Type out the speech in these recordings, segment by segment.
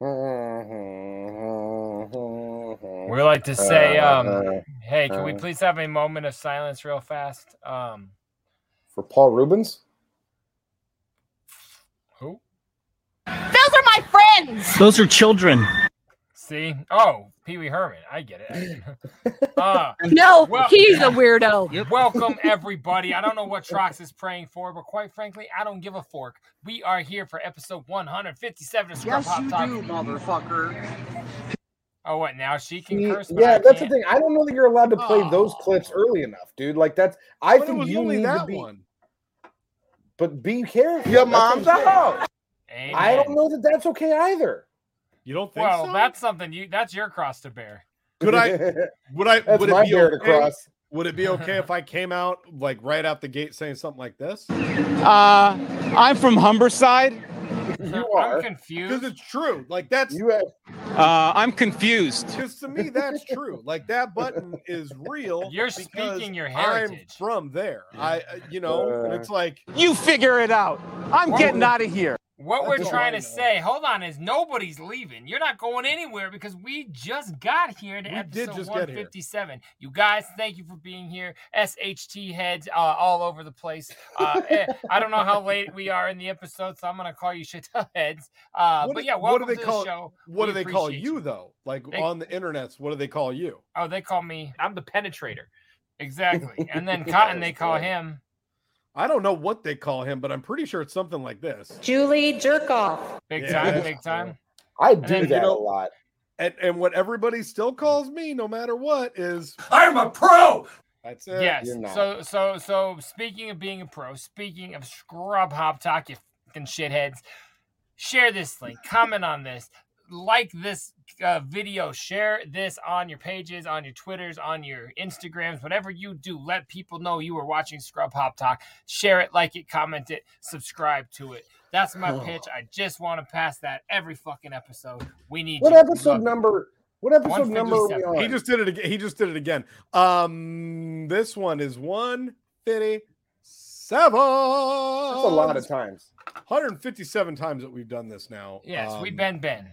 Mm-hmm. We like to say, Uh, um, hey, can we please have a moment of silence real fast? Um, For Paul Rubens? who? Those are my friends. Those are children. See? Oh, Pee Wee Herman. I get it. uh, No, Well- he's a weirdo. Welcome, everybody. I don't know what Trox is praying for, but quite frankly, I don't give a fork. We are here for episode 157 of Scrub Hop Talk. motherfucker. Oh, what? Now she can curse? but Yeah, I that's the can't? thing. I don't know that you're allowed to play those Aw. clips early enough, dude. Like that's I Oh. But it think was you only need to that be one. but be careful. Your That's what I'm mom's saying. Amen. I don't know that that's okay either. You don't think Well, so? that's something you, that's your cross to bear. Could I- would I that's would my it be bear to okay, cross. Would it be okay if I came out like right out the gate saying something like this? Uh, I'm from Humberside. You I'm are. Because confused. it's true. Like that's You have Uh, I'm confused. because to me that's true. Like that button is real. You're because speaking your I'm heritage. from there. I uh, you know, and it's like You figure it out. I'm Whoa. getting out of here. What we're That's all trying I to know. say, hold on, is nobody's leaving. You're not going anywhere because we just got here to We did episode just get here. 157. You guys, thank you for being here. SHT heads uh, all over the place. Uh, eh, I don't know how late we are in the episode, so I'm going to call you shit heads. Uh, What but do- yeah, what do welcome they to call the it? show. what We do they call appreciate you though? Like They- on the internets, what do they call you? Oh, they call me. I'm the penetrator. Exactly. And then Cotton, they call him. I don't know what they call him, but I'm pretty sure it's something like this. Julie Jerkoff. Big Yeah, time, that's big time. I then, do you that a know- lot. And and what everybody still calls me, no matter what, is I'm a pro. that's it. Yes. Eh, you're not. So so so speaking of being a pro, speaking of scrub hop talk, you fucking shitheads, share this link, comment on this, like this uh, video, share this on your pages, on your Twitters, on your Instagrams, whatever you do. Let people know you were watching Scrub Hop Talk. Share it, like it, comment it, subscribe to it. That's Oh. my pitch. I just want to pass that every fucking episode. We need What you. We episode love you. number what episode number are we 157. on? He just did it again. He just did it again. Um, this one is one fifty-seven. That's a That's a lot of times. 157 times that we've done this now. Yes, we Um, been been.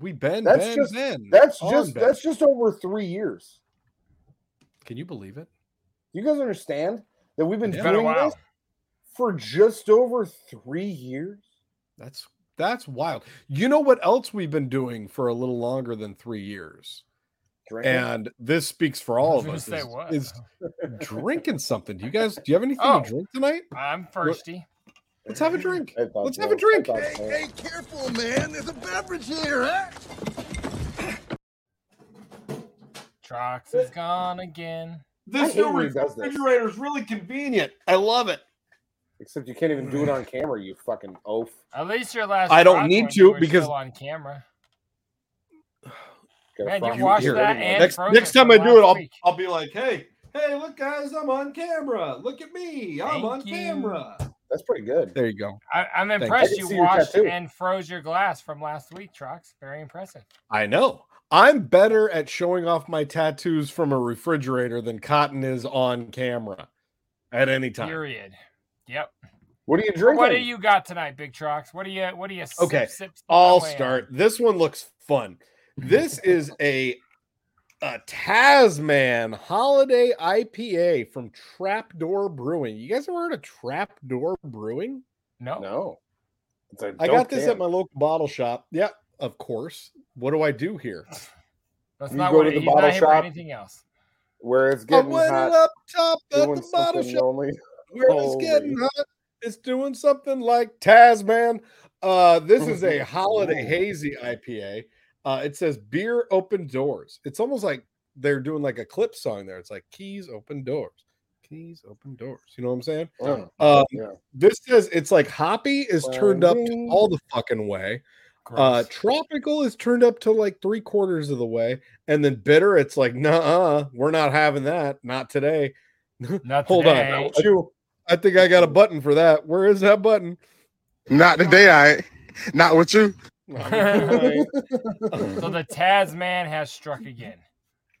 we been. That's been, just- been That's on just been. that's just over three years. Can you believe it? You guys understand that we've been It's been a doing while. this for just over three years? That's that's wild. You know what else we've been doing for a little longer than three years, Drinking? and this speaks for all of I us. was gonna Is, say, what? is drinking something? Do you guys? Do you have anything Oh. to drink tonight? I'm thirsty. Let's have a drink. I thought Let's so. have a drink. I thought so. careful, man. There's a beverage here, huh? Trox is gone again. This I hate new when he does this. refrigerator is really convenient. I love it. Except you can't even do it on camera, you fucking oaf. At least your last. I don't rock need one, you to were because- still on camera. Gotta Man, you fucking watched do it that anyway. and- next frozen next time from I do it, last I'll week. I'll be like, hey, hey, look, guys, I'm on camera. Look at me, I'm Thank on you. camhanera That's pretty good. There you go. I, I'm you. I impressed didn't you see your washed tattoo. and froze your glass from last week, Trox. Very impressive. I know. I'm better at showing off my tattoos from a refrigerator than Cotton is on camera at any time. Period. Yep. What are you drinking? What do you got tonight, Big Trox? What do you? What do you? sip, Okay, sip I'll away on? start. This one looks fun. This is a a Tasman Holiday IPA from Trapdoor Brewing. You guys ever heard of Trapdoor Brewing? No. No. It's a I dope got this at can. my local bottle shop. Yeah, of course. What do I do here? That's You not go what to it- the he's not bottle here for shop. anything else. where it's I getting went it hot, up top at doing the bottle something shop. lonely. where it's getting Holy. hot. It's doing something like Tasman. Uh, this is a holiday Ooh. hazy IPA. Uh, it says beer open doors. It's almost like they're doing like a clip song there. It's like keys open doors, keys, open doors. You know what I'm saying? Oh, Um, yeah. This says it's like hoppy is turned up to all the fucking way. Uh, Gross. tropical is turned up to like three quarters of the way, and then bitter, it's like, nah, we're not having that, not today. Not Hold on, today. I- I think I got a button for that. Where is that button? Not today, I ain't. Not with you. So the Tasman has struck again.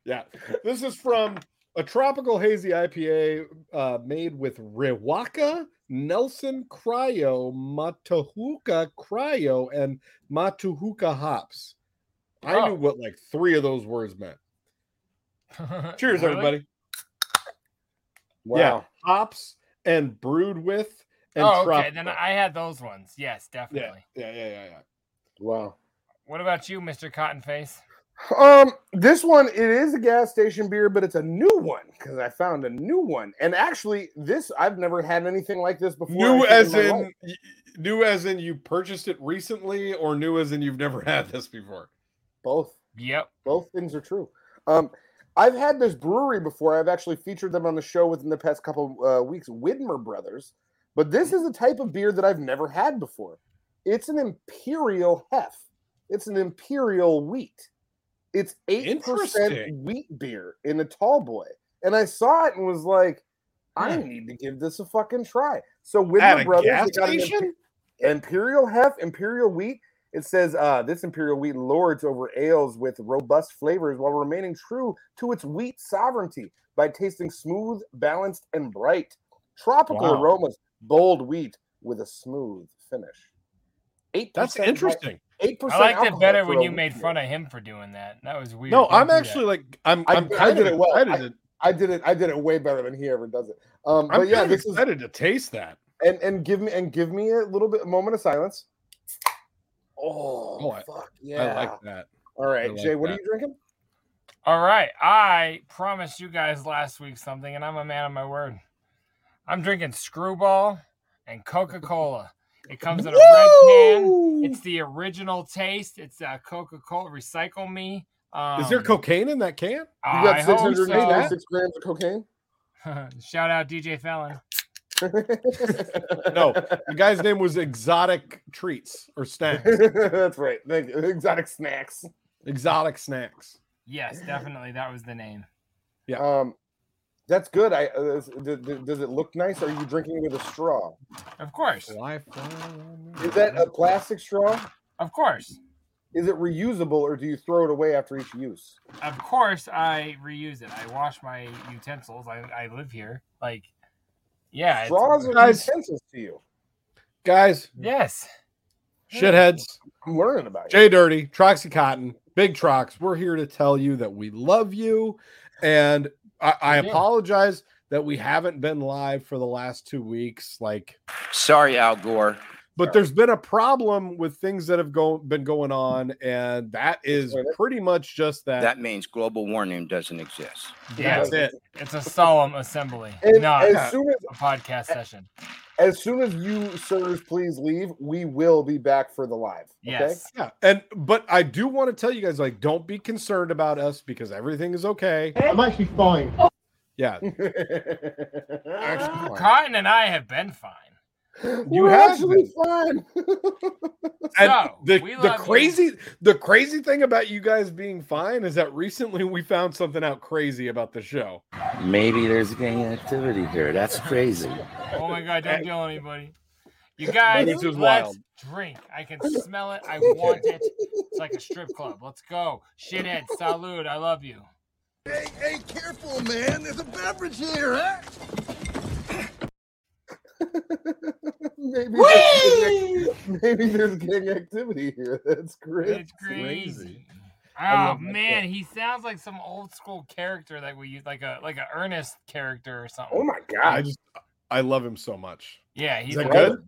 Yeah. This is from a tropical hazy IPA uh, made with Rewaka, Nelson Cryo, Matahuka Cryo, and Matahuka hops. I Oh. knew what like three of those words meant. Cheers, Really? everybody. Wow. Yeah. Hops and brewed with and oh, okay. tropical. Then I had those ones. Yes, definitely. yeah, yeah, yeah, yeah, yeah. Wow. What about you, Mr. Cottonface? Um, this one it is a gas station beer, but it's a new one because I found a new one. And actually, this I've never had anything like this before. I New think, in as my in life. y- new as in you purchased it recently, or new as in you've never had this before. both Yep. both things are true. Um, I've had this brewery before. I've actually featured them on the show within the past couple uh, weeks, Widmer Brothers. But this is a type of beer that I've never had before. It's an imperial hef. It's an imperial wheat. It's eight percent Interesting. wheat beer in a tall boy, and I saw it and was like, I need to give this a fucking try. So Hmm. At a Widmer Brothers gas they got an station? imp- imperial hef, imperial wheat, it says uh, this imperial wheat lords over ales with robust flavors while remaining true to its wheat sovereignty by tasting smooth, balanced, and bright. Tropical Wow. aromas, bold wheat with a smooth finish. Eight. That's interesting. Eight I percent. liked it better when you made fun of him for doing that. That was weird. No, Don't I'm do that. actually like I'm I- I'm I kind of did it well. excited. to- I did it. I did it way better than he ever does it. Um, I'm but yeah, kind of this is excited to taste that. and and give me and give me a little bit moment of silence. Oh, Oh, I- fuck yeah! I like that. All right, I Jay, like what are that. you drinking? All right. I promised you guys last week something, and I'm a man of my word. I'm drinking screwball and Coca Cola. It comes in a red can. It's the original taste. It's uh, Coca Cola Recycle Me. Um, Is there cocaine in that can? You I got hope six so. hundred ninety six grams of cocaine. Shout out DJ Fallon. No, the guy's name was Exotic Treats or Snacks. That's right. Thank you. Exotic snacks. Exotic Snacks. Yes, definitely. That was the name. Yeah. Um, that's good. I uh, is- d- d- does it look nice? Are you drinking with a straw? Of course. Life. Is that a plastic straw? Of course. Is it reusable, or do you throw it away after each use? Of course, I reuse it. I wash my utensils. I, I live here. Like, yeah. it's- Straws are Guys- utensils to you. guys? Yes. Shitheads. I'm learning about it. Jay Dirty, Troxy Cotton, Big Trox, we're here to tell you that we love you. And I, I do. apologize that we haven't been live for the last two weeks. Like, Sorry, Al Gore. but there's been a problem with things that have go, been going on. And that is pretty much just that. That means global warming doesn't exist. Yes. That's it. It's a solemn assembly, And not as soon as a podcast session. as soon as you sirs please leave, we will be back for the live. Okay. Yes. Yeah. And, but I do want to tell you guys, like, don't be concerned about us because everything is okay. I'm actually fine. Yeah. Actually, Cotton and I have been fine. you You have actually fun. and So, the, we the love you. crazy the crazy thing about you guys being fine is that recently we found something out crazy about the show. Maybe there's gang activity here. That's crazy. Oh my god! Don't tell anybody. You guys, This is let's wild. drink. I can smell it. I want it. It's like a strip club. Let's go, shithead. Salud. I love you. Hey, hey, careful, man. There's a beverage here, huh? maybe, there's gang, maybe there's gang activity here. That's great. It's crazy. I Oh love that man, he sounds like some old school character that we use, like a like a Ernest character or something. Oh my Ah. I god! just I love him so much. Yeah, Is he's that like, good?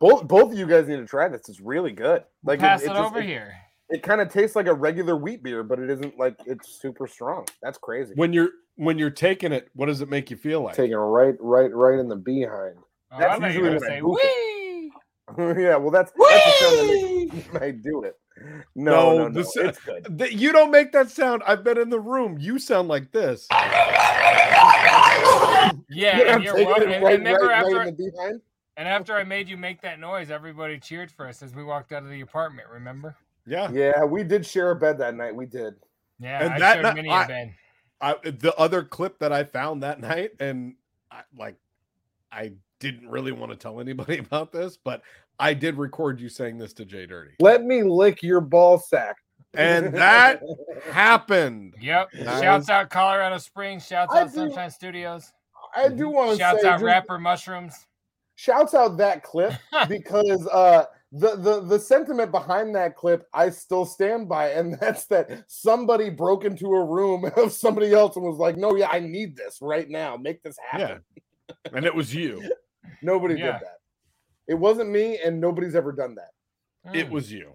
Both both of you guys need to try this. It's really good. Like pass it, just- over here. It kind of tastes like a regular wheat beer, but it isn't like it's super strong. That's crazy. When you're when you're taking it, what does it make you feel like? Taking right, right, right in the behind. Oh, that's I thought you usually were what I gonna say do. wee. yeah, well, that's, that's the sound that makes me when I do it. No, No, no, no, this- it's good. Th- You don't make that sound. I've been in the room. You sound like this. Yeah, Yeah, and you're taking welcome. it right- And right- remember right in after, the behind? and after I made you make that noise, everybody cheered for us as we walked out of the apartment. Remember? Yeah. Yeah, we did share a bed that night. We did. Yeah, I showed night- many a I- bed. I, the other clip that I found that night, and I, like, I didn't really want to tell anybody about this, but I did record you saying this to Jay Dirty, Let me lick your ball sack. and that happened. Yep. Nice. Shouts out Colorado Springs. Shouts I out do- Sunshine Studios. I do want to Shouts say, out just- Rapper Mushrooms. shouts out that clip because uh, the the the sentiment behind that clip I still stand by, and that's that somebody broke into a room of somebody else and was like, "No, yeah, I need this right now. Make this Yeah, happen." and it was you. Nobody Yeah. did that. It wasn't me, and nobody's ever done that. It Mm. was you.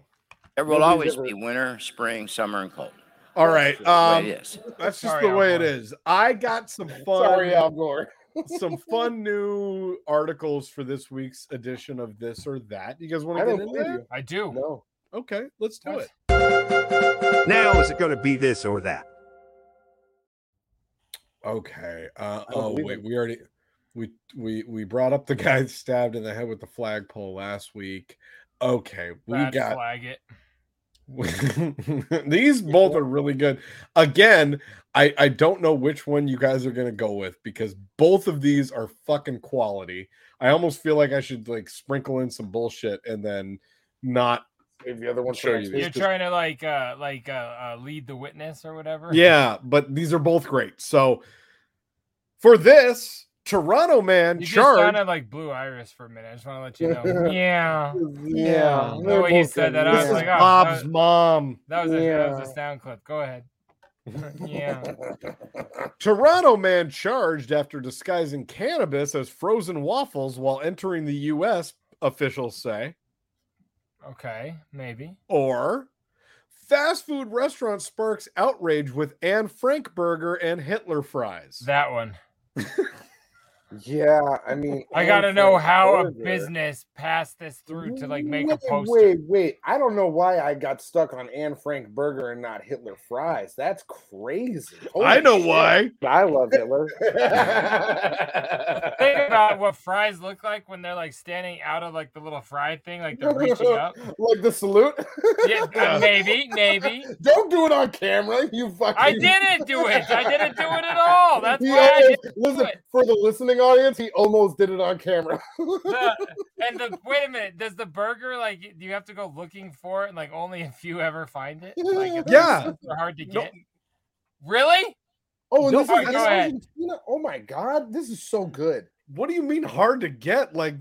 There will always Nobody's ever- be winter, spring, summer, and cold. All right, That's the way um, it is. that's just Sorry, the way it Alvaro. is. I got some fun. Sorry, Al Gore. some fun new articles for this week's edition of this or that. You guys want I to don't get in believe there? you. I do. No. Okay, let's do it. Now is it going to be this or that? Okay. Uh, don't oh believe wait, it. we already we we we brought up the guy stabbed in the head with the flagpole last week. Okay, we Bad got flag it. These both are really good. Again, I I don't know which one you guys are gonna go with because both of these are fucking quality. I almost feel like I should like sprinkle in some bullshit and then not. If the other one Sure you- You're just- trying to like uh like uh, uh lead the witness or whatever. Yeah, but these are both great. So for this, Toronto man You just charged. sounded like Blue Iris for a minute. I just want to let you know. yeah. Yeah. Yeah. The way you said that, I This was is like, oh, Bob's that- mom. That was, a, that was Yeah. a sound clip. Go ahead. "Ah, yeah. Toronto man charged after disguising cannabis as frozen waffles while entering the U.S. Officials say, Okay. Maybe. or fast food restaurant sparks outrage with Anne Frank burger and Hitler fries. That one. Yeah, I mean, I and gotta for know how a burger. business passed this through to like make a Wait, poster. Wait, wait! I don't know why I got stuck on Anne Frank burger and not Hitler fries. That's crazy. I Holy know shit. why. But I love Hitler. Think about what fries look like when they're like standing out of like the little fry thing, like they're reaching up. like the salute. Yeah, uh, maybe, maybe. Don't do it on camera. You fucking. I didn't do it. I didn't do it at all. That's He why I almost- did listen it. for the listening audience. He almost did it on camera. the, and the wait a minute. Does the burger like y- do you have to go looking for it and like only a few ever find it? Like if there's Yeah. some that are hard to No. get. Really? Oh, and No, this alright, is go ahead. Argentina. Oh my god, this is so good. What do you mean hard to get? Like,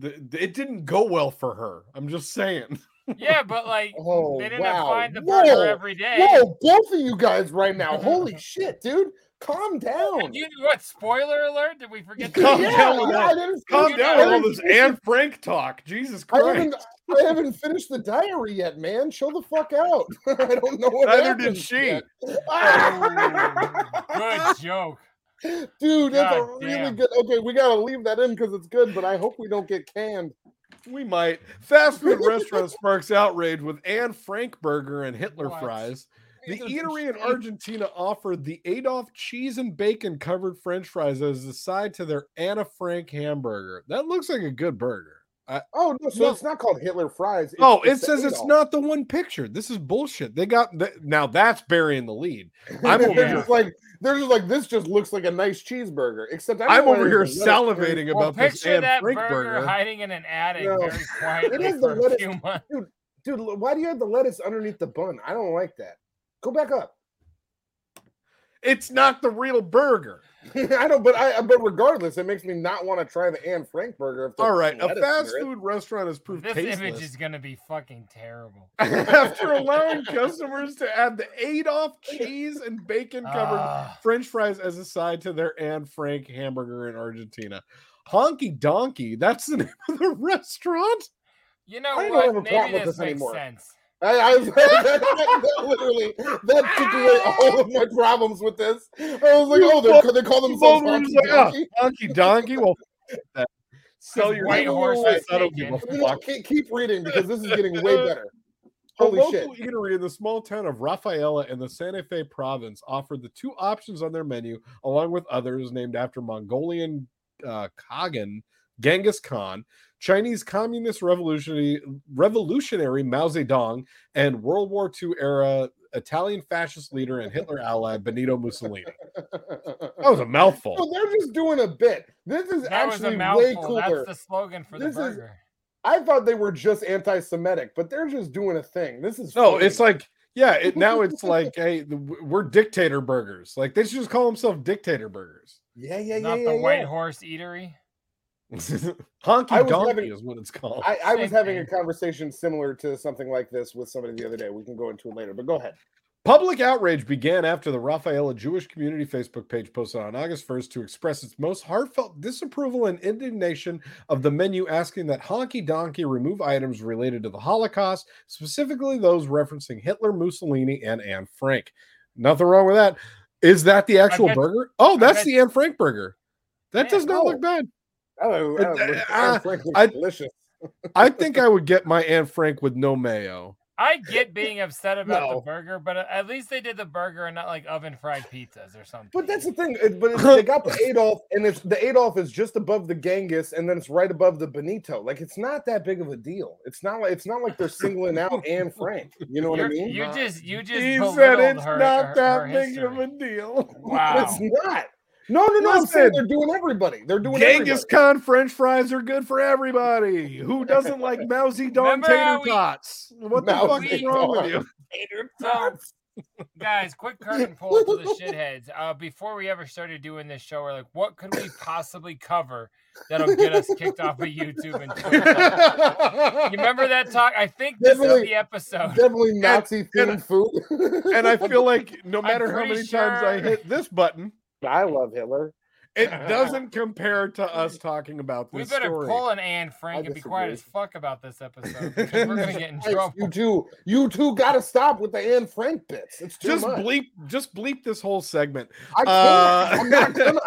th- th- it didn't go well for her. I'm just saying. Yeah, but like Oh they didn't wow! find the Whoa. burger every day. Whoa, both of you guys right now. Holy shit, dude. Calm down. Did you what? Spoiler alert! Did we forget? to Calm do that? down with I didn't Calm finish- I down with all haven't this finished- Anne Frank talk. Jesus I Christ. haven't, I haven't finished the diary yet, man. Chill the fuck out. I don't know what Neither did happened she. yet. Ah, Good joke. Dude, that's a God really damn. good. Okay, we gotta leave that in because it's good, but I hope we don't get canned. We might. Fast food restaurant sparks outrage with Anne Frank burger and Hitler What? fries. The eatery in Argentina offered the Adolf cheese and bacon covered French fries as a side to their Anna Frank hamburger. That looks like a good burger. I, Oh no, so No. it's not called Hitler fries. it's- oh, it the says it's Adolf. not the one picture. This is bullshit. They got th- now. That's burying the lead. I'm over they're here- just like they're just like this. Just looks like a nice cheeseburger, except I don't I'm know over whether here it's a lettuce or- salivating Well, about this picture Anne that Frank burger, burger. hiding in an attic No. very quietly is the for a lettuce- few months. Dude, l- why do you have the lettuce underneath the bun? I don't like that. Go back up. It's not the real burger. I don't, but I, but regardless, it makes me not want to try the Anne Frank burger. If there's All right, a lettuce fast under it. food restaurant has proved This tasteless. image is gonna be fucking terrible. after allowing customers to add the Adolf cheese and bacon covered Ah. French fries as a side to their Anne Frank hamburger in Argentina. Honky Donkey, that's the name of the restaurant. You know I don't have a what? problem Maybe with this, this makes anymore. sense. I, I that, that literally that took away all of my problems with this. I was like, You oh, they're, both- they call you themselves both were honky just like, "Ah, donkey. Honky Donkey, well, fuck that. sell This your white little horse ass, is I don't give a naked. No, no, fuck. Uh, keep, keep reading because this is getting way better. Holy a local shit. eatery in the small town of Rafaela in the Santa Fe province offered the two options on their menu, along with others named after Mongolian uh, Kagan Genghis Khan, Chinese Communist Revolutionary, Revolutionary Mao Zedong, and World War II era Italian fascist leader and Hitler ally Benito Mussolini. that was a mouthful. So they're just doing a bit. This is That was a actually way mouthful. cooler. That's the slogan for the This is- burger. I thought they were just anti-Semitic, but they're just doing a thing. This is No, funny. it's like yeah, it, now it's like hey, the- we're dictator burgers. Like they should just call themselves dictator burgers. yeah, yeah, yeah, Not yeah, the yeah. White Horse Eatery. I Honky was donkey having- is what it's called. I, I was Same having a thing. conversation similar to something like this with somebody the other day. We can go into it later, but go ahead. Public outrage began after the Rafaela Jewish Community Facebook page posted on August 1st to express its most heartfelt disapproval and indignation of the menu, asking that Honky Donkey remove items related to the Holocaust, specifically those referencing Hitler, Mussolini, and Anne Frank. Nothing wrong with that. Is that the actual bet- burger? Oh, that's bet- the Anne Frank burger. That Yeah, does not look oh. bad. I don't know. I don't know. Uh, frankly, I- delicious. I think I would get my Anne Frank with no mayo. I get being upset about No. the burger, but uh, at least they did the burger and not like oven fried pizzas or something. But that's the thing. it- But it's, they got the Adolf, and it's the Adolf is just above the Genghis, and then it's right above the Benito. Like it's not that big of a deal. It's not like it's not like they're singling out Anne Frank. You know what I You're- mean? You Nah. just you just He said belittled it's her- not her- that her big of history. a deal. wow. It's not. No, no, no. I'm saying Listen. they're doing everybody. They're doing Genghis everybody. Khan French fries are good for everybody. Who doesn't like Mao Zedong Remember how tater we- tots? What the Mao fuck is wrong with you? So, guys, quick curtain pull to the shitheads. Uh, before we ever started doing this show, we're like, what could we possibly cover that'll get us kicked off of YouTube and Twitter? You remember that talk? I think this is Definitely- the episode. Definitely Nazi and- themed food. And I feel like no matter how pretty many times I sure- hit this button, I love Hitler. it doesn't compare to us talking about We this better story. pull an Anne Frank I and be quiet disagree. as fuck about this episode because we're gonna get in Christ, trouble. You two, you two got to stop with the Anne Frank bits. It's too just much. bleep, just bleep this whole segment. I can't. uh, I'm not gonna.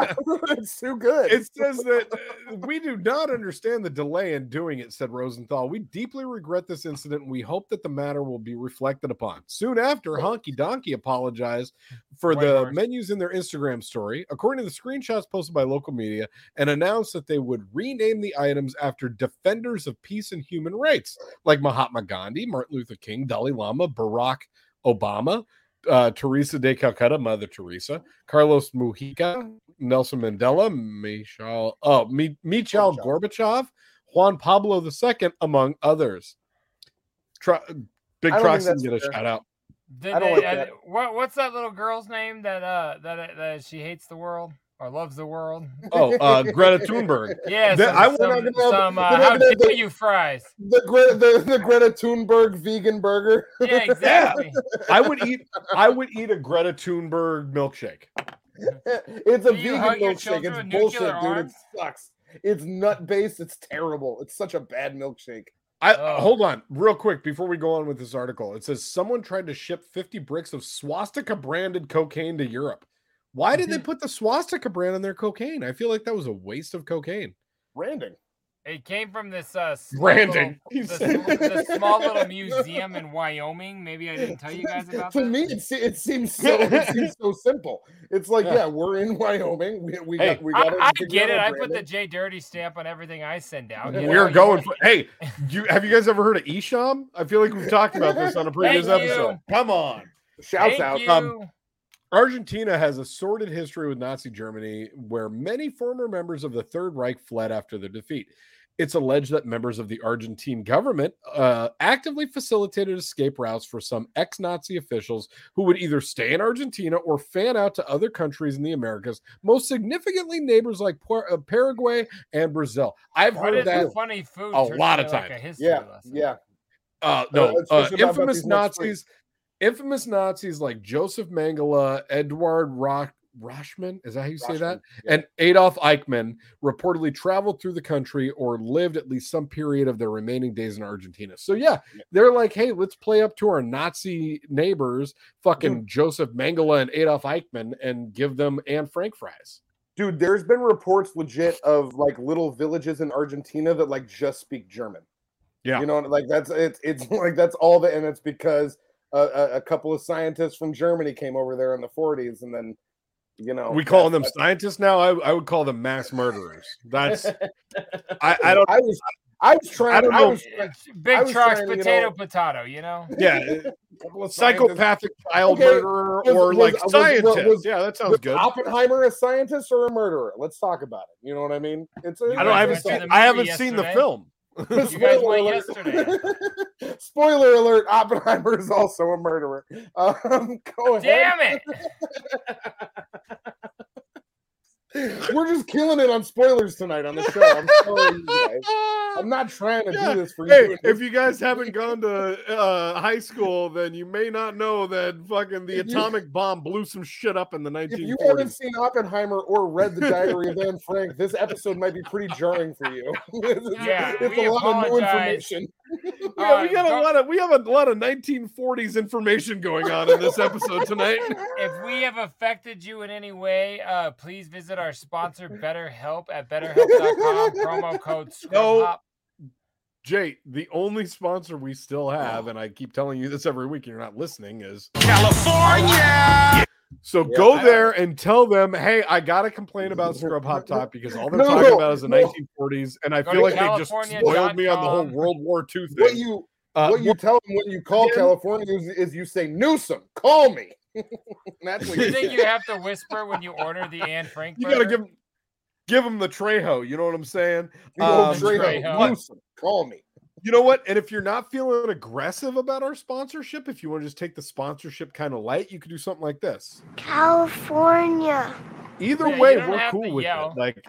it's too good. It says that uh, we do not understand the delay in doing it, said Rosenthal. We deeply regret this incident and we hope that the matter will be reflected upon. Soon after, Honky Donkey apologized for White the Horse. menus in their Instagram story, according to the screenshots posted by local media, and announced that they would rename the items after defenders of peace and human rights, like Mahatma Gandhi, Martin Luther King, Dalai Lama, Barack Obama. Uh, Teresa de Calcutta, Mother Teresa, Carlos Mujica, Nelson Mandela, Michal, oh, Mi- Michal Gorbachev, Juan Pablo II, among others. Tro- I Big don't think Troxton that's get a fair. shout out. Did I don't they- like uh, that. what, what's that little girl's name that uh that, that she hates the world or loves the world? Oh, uh, Greta Thunberg. Yeah, That- some, I I would- some, some uh, They're not how gonna- dare they- you fries? the, Gre- the the Greta Thunberg vegan burger. Yeah, exactly. I would eat. I would eat a Greta Thunberg milkshake. it's a Do you vegan hug your milkshake. children It's with bullshit, nuclear dude. It arms? sucks. It's nut based. It's terrible. It's such a bad milkshake. I Oh. hold on real quick before we go on with this article. It says someone tried to ship 50 bricks of swastika branded cocaine to Europe. Why did Mm-hmm. they put the swastika brand on their cocaine? I feel like that was a waste of cocaine. Branding. It came from this uh small Branding. little- He this, said- little- this small little museum in Wyoming. Maybe I didn't tell you guys about to that. me, it, se- it seems so it seems so simple. It's like, Yeah. yeah, we're in Wyoming. We, we Hey, got we got. I, I get it. I put the J Dirty stamp on everything I send out. you know, We're you- going for hey, you have you guys ever held of Esham? I feel like we've talked about this on a previous Thank episode. you. Come on. shouts Thank out. you. Um, Argentina has a sordid history with Nazi Germany, where many former members of the Third Reich fled after their defeat. It's alleged that members of the Argentine government uh, actively facilitated escape routes for some ex Nazi officials who would either stay in Argentina or fan out to other countries in the Americas, most significantly neighbors like Puer- uh, Paraguay and Brazil. I've Why heard did of that. the funny food a turn lot into, of like, a times. history Yeah, lesson? yeah. Uh, no, it's- uh, it's about infamous these next week. Nazis, infamous Nazis like Joseph Mangala, Edward Rock Rochman, is that how you say that? Rashman, yeah. And Adolf Eichmann reportedly traveled through the country or lived at least some period of their remaining days in Argentina. So yeah, they're like, hey, let's play up to our Nazi neighbors, fucking Joseph Mangala and Adolf Eichmann, and give them Anne Frank fries. Dude, there's been reports legit of like little villages in Argentina that like just speak German. Yeah. You know, like that's it's it's like that's all the and it's because a, a, a couple of scientists from Germany came over there in the 40s and then you know we call that's- them that's- scientists now. I, I would call them mass murderers. That's I, I don't. I was I was trying I don't to know. was- It's I Eh, big was trucks, trying to, you potato, know- potato. You know. yeah, couple of scientists- psychopathic child Okay, murderer was- or was- like was- was- scientist. was- yeah, that sounds was good. Oppenheimer a scientist or a murderer? Let's talk about it. You know what I mean? It's a, I don't. I haven't it's a- seen. movie I haven't seen the yesterday. film. But You guys spoiler went alert- yesterday. spoiler alert: Oppenheimer is also a murderer. Um, go ahead. Damn it! We're just killing it on spoilers tonight on the show. I'm sorry, you guys. I'm not trying to Yeah. do this for Hey, you. if you guys haven't gone to uh, high school, then you may not know that fucking the If you- atomic bomb blew some shit up in the If you haven't 1940s. seen Oppenheimer or read the Diary of Anne Frank, this episode might be pretty jarring for you. it's, it's- Yeah, it's we a lot of new apologize. information. Yeah, we Uh, got a go- lot of we have a lot of 1940s information going on in this episode tonight. If we have affected you in any way, uh, please visit our sponsor BetterHelp at BetterHelp.com. promo code No. ScrubHop. Jay, the only sponsor we still have, and I keep telling you this every week, and you're not listening, is California! so Yeah, go I- there and tell them, hey, I gotta complain about Scrub Hop Top because all they're No, talking about is the no. 1940s, and I Go feel to like they just spoiled me on the whole California.com. World War II thing. What you Uh, what you tell them when you call Jim? California is, is you say Newsom, call me. That's what You you think say. you have to whisper when you order the Anne Frank? you gotta burger? give 'em- give them the Trejo. You know what I'm saying? You go, Um, "Trey, Trey, no, huh? Newsom, call me. You know what? And if you're not feeling aggressive about our sponsorship, if you want to just take the sponsorship kind of light, you could do something like this. California. Either Yeah, you way, don't we're have cool to with yell. it. Like,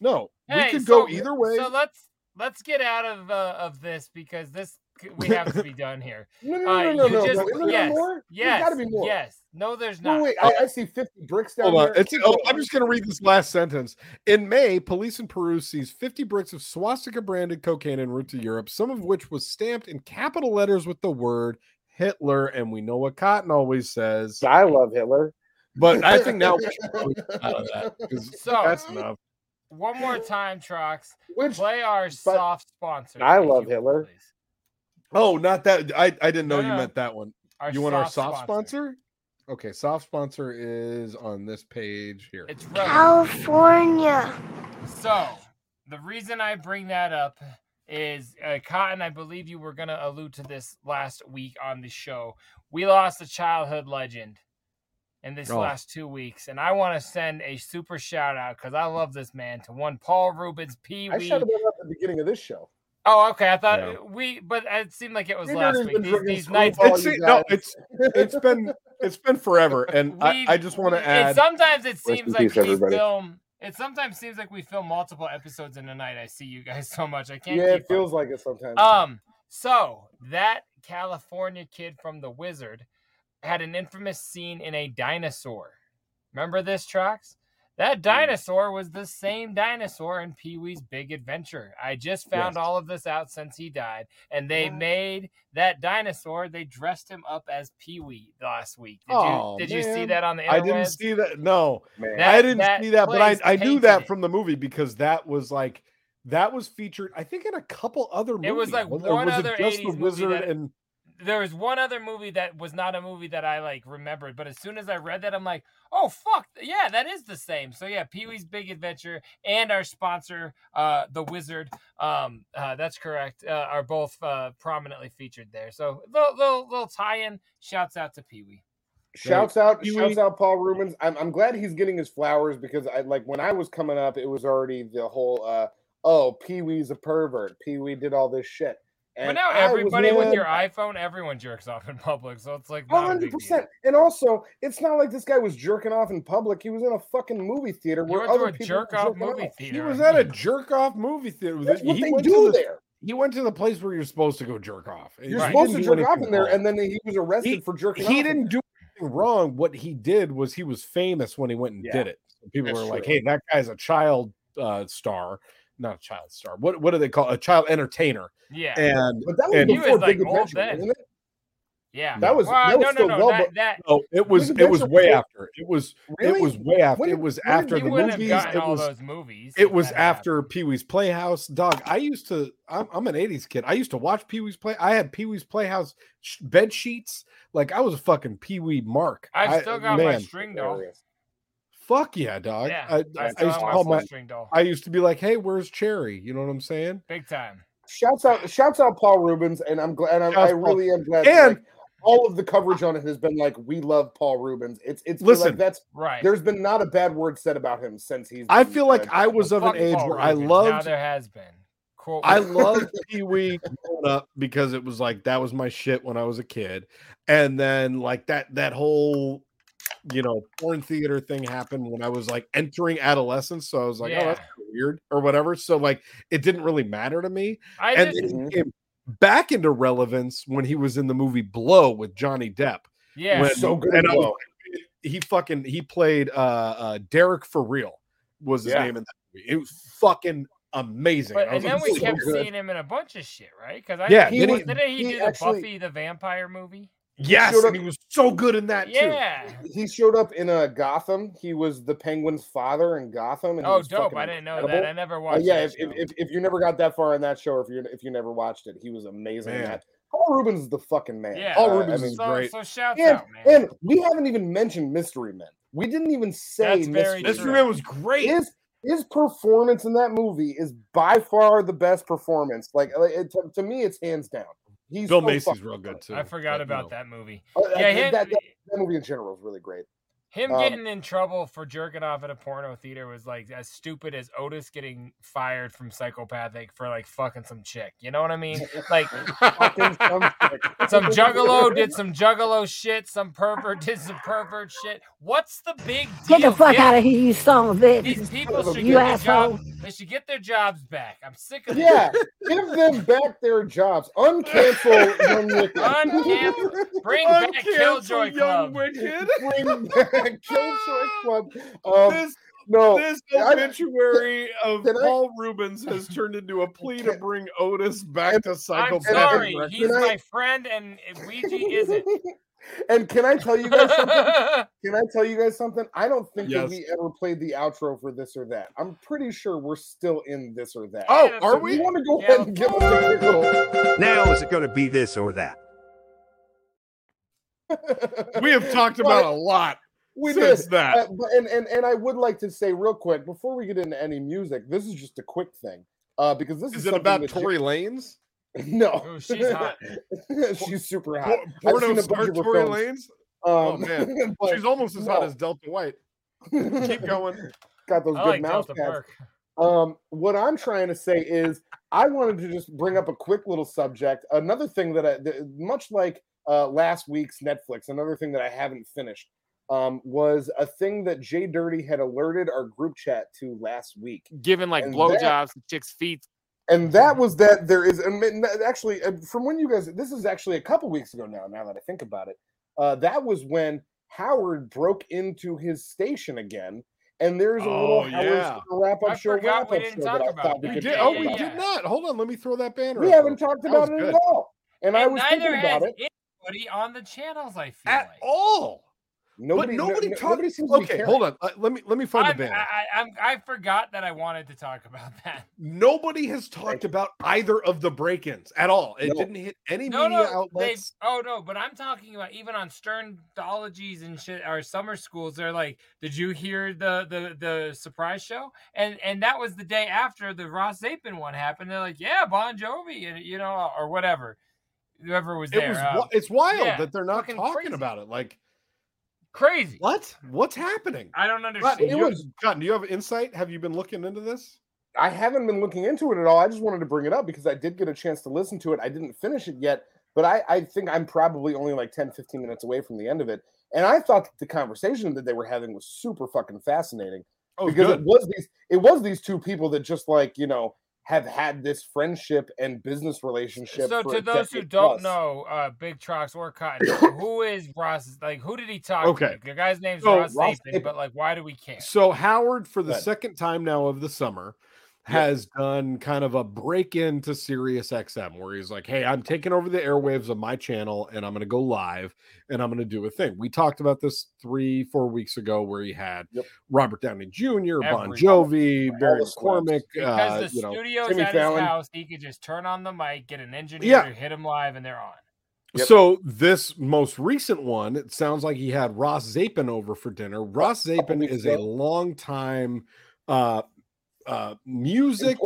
no, Hey, we could so- go either way. So let's let's get out of uh, of this because this c- we have to be done here. No, no, Uh, no, no, you no, no. just- Isn't there yes, more? Yes, There's gotta be more. yes. No, there's No, not. wait, I, I see 50 bricks down Hold on. there. It's, oh, I'm just going to read this last sentence. In May, police in Peru seized 50 bricks of swastika branded cocaine en route to Europe, some of which was stamped in capital letters with the word Hitler. And we know what Cotton always says. I love Hitler. But I think now we should probably get out of that 'cause So- that's enough. One more time, Trox. Which Play our soft sponsor. I if you love will, Hitler. please. Oh, not that. I, I didn't know No, you no. meant that one. Our you want our soft sponsor? Okay, soft sponsor is on this page here. It's relevant. California. So the reason I bring that up is uh, Cotton. I believe you were going to allude to this last week on the show. We lost a childhood legend in this Oh. last two weeks, and I want to send a super shout out because I love this man to one Paul Rubens Pee I Wee. shouted that at the beginning of this show. Oh, okay. I thought Yeah. we, but it seemed like it was Your last nerd has week. been These, drinking these nights. Screwball, It's- you no, guys. it's it's been it's been forever, and I, We've- I just want it- to add sometimes it in seems like peace, we everybody. film. It sometimes seems like we film multiple episodes in a night. I see you guys so much. I can't. Yeah, keep it up. feels like it sometimes. Um, so that California kid from The Wizard had an infamous scene in a dinosaur. Remember this, Trox? That dinosaur was the same dinosaur in Pee Wee's Big Adventure. I just found Yes. all of this out since he died. And they made that dinosaur, they dressed him up as Pee Wee last week. Did, Oh, you, did you see man. that on the interwebs? I didn't see that. No, man. that- I didn't see that, but I place I knew painted that it. from the movie because that was like that was featured. I think in a couple other movies. It was like wasn't one was other it just 80s the movie wizard that- and there was one other movie that was not a movie that I like remembered, but as soon as I read that, I'm like, oh fuck, yeah, that is the same. So yeah, Pee Wee's Big Adventure and our sponsor, uh, The Wizard, um, uh, that's correct, uh, are both uh, prominently featured there. So little little, little tie-in. Shouts out to Pee Wee. Shouts out, Pee-wee. shouts out, Paul Rubens. I'm, I'm glad he's getting his flowers because I like when I was coming up, it was already the whole uh oh Pee Wee's a pervert. Pee Wee did all this shit. But now I was everybody with mad. your iPhone, everyone jerks off in public, so it's like One not a big hundred deal. percent. And also, it's not like this guy was jerking off in public. He was in a fucking movie theater You where went to other a people jerk were off jerking movie off. theater. he was and at a you- jerk off movie theater. That's what he they went to do the- there. He went to the place where you're supposed to go jerk off. You're He supposed to didn't do jerk off anything in there, wrong. and then he was arrested He- for jerking off. he in didn't there. do anything wrong. What he did was he was famous when he went and Yeah, did it. So people that's were like, true. "Hey, that guy's a child uh, star, not a child star. What what do they call a child entertainer?" yeah. And But that was And- He was, before like, Big old Adventure, then. wasn't it? Yeah, That was- Well, that was no, still no, no, well that, be- that Oh, it was Lincoln it was Benjamin way was- after. It was Really? it was way after. When it did- was when did after he the wouldn't have movies. gotten it all was, those movies It was after Pee Wee's Playhouse. Dog, I used to. I'm, I'm an '80s kid. I used to watch Pee Wee's Play. I had Pee Wee's Playhouse sh- bed sheets. Like I was a fucking Pee Wee Mark. I've I- still got my man, string doll. Fuck yeah, dog. Yeah, I, I, I still used have to my call my. string doll. I used to be like, "Hey, where's Cherry?" You know what I'm saying? Big time. Shouts out, shouts out, Paul Rubens, and I'm glad. And I, I Shouts Paul- really am glad. And- like, all of the coverage on it has been like, we love Paul Rubens. It's it's been, Listen. like, that's Right. There's been not a bad word said about him since he's. I been, feel like uh, I was of an Fuck age Paul where I Rubens. Now loved there has been. Quote, I loved Pee Wee growing up because it was like that was my shit when I was a kid, and then like that that whole you know porn theater thing happened when I was like entering adolescence. So I was like, oh, that's Yeah. kinda weird or whatever. So like it didn't really matter to me, I and just- then it came back into relevance when he was in the movie Blow with Johnny Depp. Yeah. when- So good and in I was Blow. like, he fucking he played uh, uh Derek for real was his Yeah. name in that movie. It was fucking amazing. But, I was and then like, we "So kept good." seeing him in a bunch of shit, right? Because I Yeah, he, then was, he- didn't he, he do the actually- Buffy the Vampire movie? Yes, showed and he was so good in that Yeah. He showed up in uh, Gotham. He was the Penguin's father in Gotham. And he Oh, was dope! fucking I didn't know that. incredible. I never Uh, watched. yeah, that if, if, show. if, if you never got that far in that show, or if you if you never watched it, he was amazing. in Man. That Paul Rubens is the fucking man. yeah, Uh, I Rubens mean, is so, great. So shouts and, out, man. and we haven't even mentioned Mystery Men. We didn't even say That's very Mystery true. Man was great. his his performance in that movie is by far the best performance. Like like, it, to, to me, it's hands down. He's Bill so Macy's fucking- real good too. I forgot but, about you know. that movie. uh, uh, Yeah, him, that, that, that movie in general is really great. him um, getting in trouble for jerking off at a porno theater was like as stupid as Otis getting fired from Psychopathic for like fucking some chick. You know what I mean? Like Fucking some- some juggalo did some juggalo shit. Some pervert did some pervert shit. What's the big deal? Get the fuck Get- out of here, you son of a bitch. These people should You get their asshole. job, They should get their jobs back. I'm sick of this. Yeah, give them back their jobs. Uncancel Young Wicked. Uncancel- Bring back Killjoy Club. Wicked. Bring back Killjoy Club. Um, this no, this I- obituary of can I- Paul Rubens has turned into a plea to bring Otis back to I'm psychopathic. sorry. Records. He's Can I- my friend, and Ouija isn't. and can I tell you guys something? That's Can I tell you guys something? I don't think that Yes. we ever played the outro for this or that. I'm pretty sure we're still in this or that. Oh, Yeah, are So we? You want to go Yeah, ahead and give us a quick little? Now is it going to be this or that? We have talked about a lot. we since did that. Uh, but, and, and and I would like to say real quick before we get into any music, this is just a quick thing. Uh, because this is, Is it something about that you- Tory Lanez? No, Ooh, she's hot. she's super hot. Por- I've seen Porno a bunch star of her Tory films. Um, Lanez? Oh, man. but- She's almost as hot no. as Delta White. Keep going. Got those I good like mouse Delta pads. Burke. Um, what I'm trying to say is, I wanted to just bring up a quick little subject. Another thing that I, th- much like uh, last week's Netflix, another thing that I haven't finished um, was a thing that Jay Dirty had alerted our group chat to last week, Giving like And that- blowjobs to chicks' feet. and that was that there is and then that- actually uh, from when you guys this is actually a couple weeks ago now. Now that I think about it, uh, that was when Howard broke into his station again. And there's a Oh, little yeah. Howard wrap I up show. forgot Wrap we up didn't show talk that I about thought that. we We could did. Yeah, Oh, talk we about. did not. Hold on. Let me throw that banner. We up haven't real quick. talked That was about it good. at all. And, I And was neither thinking has about it. anybody on the channels. I feel At like. all. Nobody, but nobody no, talked. nobody seems to be okay, caring. hold on. Uh, let me let me find I'm- the banner. I, I, I'm, I forgot that I wanted to talk about that. Nobody has talked about either of the break-ins at all. It No. didn't hit any No, media no, they. outlets. Oh no, but I'm talking about even on Sternologies and shit, our summer schools. They're like, "Did you hear the the the surprise show?" And and that was the day after the Ross Zapin one happened. They're like, "Yeah, Bon Jovi," and you know, or whatever, whoever was it there. was uh, wi- it's wild yeah, that they're not fucking talking crazy. about it. Like crazy. what? What's happening? I don't understand. Cotton, it you, was- Cotton, do you have insight? Have you been looking into this? I haven't been looking into it at all. I just wanted to bring it up because I did get a chance to listen to it. I didn't finish it yet, but I, I think I'm probably only like 10, 15 minutes away from the end of it. And I thought that the conversation that they were having was super fucking fascinating. Oh, because good. it was these it was these two people that just like you know have had this friendship and business relationship. So for to a those who decade don't plus. know, uh, Big Trucks or Cotton, who is Ross? Like, who did he talk Okay. to? The guy's name's So Ross Ross Zapin, Zapin- but like, why do we care? So Howard, for the Good. second time now of the summer, has done kind of a break into Sirius XM where he's like, Hey, I'm taking over the airwaves of my channel and I'm going to go live and I'm going to do a thing. We talked about this three, four weeks ago where he had Robert Downey Jr., Bon Everybody. Jovi, Barry the McCormick, Because uh, the you know, studio's Jimmy at Fallon. his house, he could just turn on the mic, get an engineer, Yeah. hit him live, and they're on. So this most recent one, it sounds like he had Ross Zapin over for dinner. Ross Zapin is a longtime uh, uh, music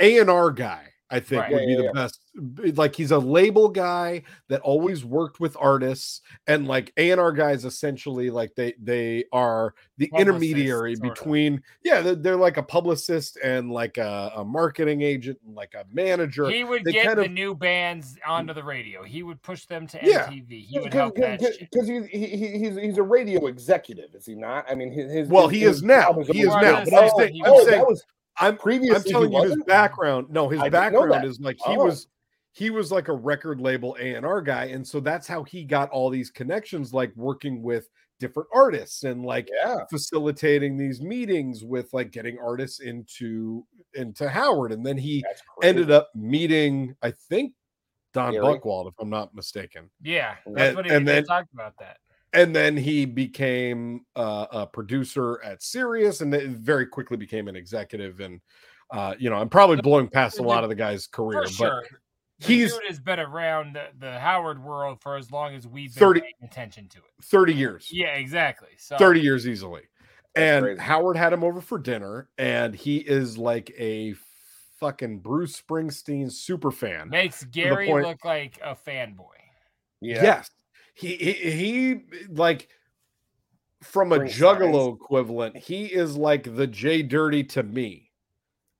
A and R guy. I think Right. would Yeah, be yeah, the yeah. best. B- Like he's a label guy that always worked with artists, and like A and R guys essentially like they they are the Publicist, intermediary sort of. between yeah they're, they're like a publicist and like a, a marketing agent and like a manager. He would They get kind the of- new bands onto the radio. He would push them to Yeah. MTV. He would help that shit. Because he's he, he- he's he's a radio executive, is he not? I mean, his, his Well, his- he his is now. job a- He is Oh, now. But I'm oh, saying, oh, I'm that saying, was- I'm, I'm previously he telling you his wasn't? background. No, his I didn't know background that. is like he Oh. was, he was like a record label A and R guy, and so that's how he got all these connections, like working with different artists and like facilitating these meetings with like getting artists into into Howard, and then he ended up meeting, I think, Don Gary? Buckwald, if I'm not mistaken. Yeah, that's And- what he and they then- talked about that. and then he became uh, a producer at Sirius, and then very quickly became an executive. And uh, you know, I'm probably blowing past a lot of the guy's career, For sure. but The he's dude has been around the, the Howard world for as long as we've been 30 paying attention to it. 30 years. Yeah, exactly. So 30 years easily. And Howard had him over for dinner, and he is like a fucking Bruce Springsteen super fan. makes to the Gary point- look like a fanboy. Yes. He, he he like from a Brings juggalo equivalent, he is like the J Dirty to me.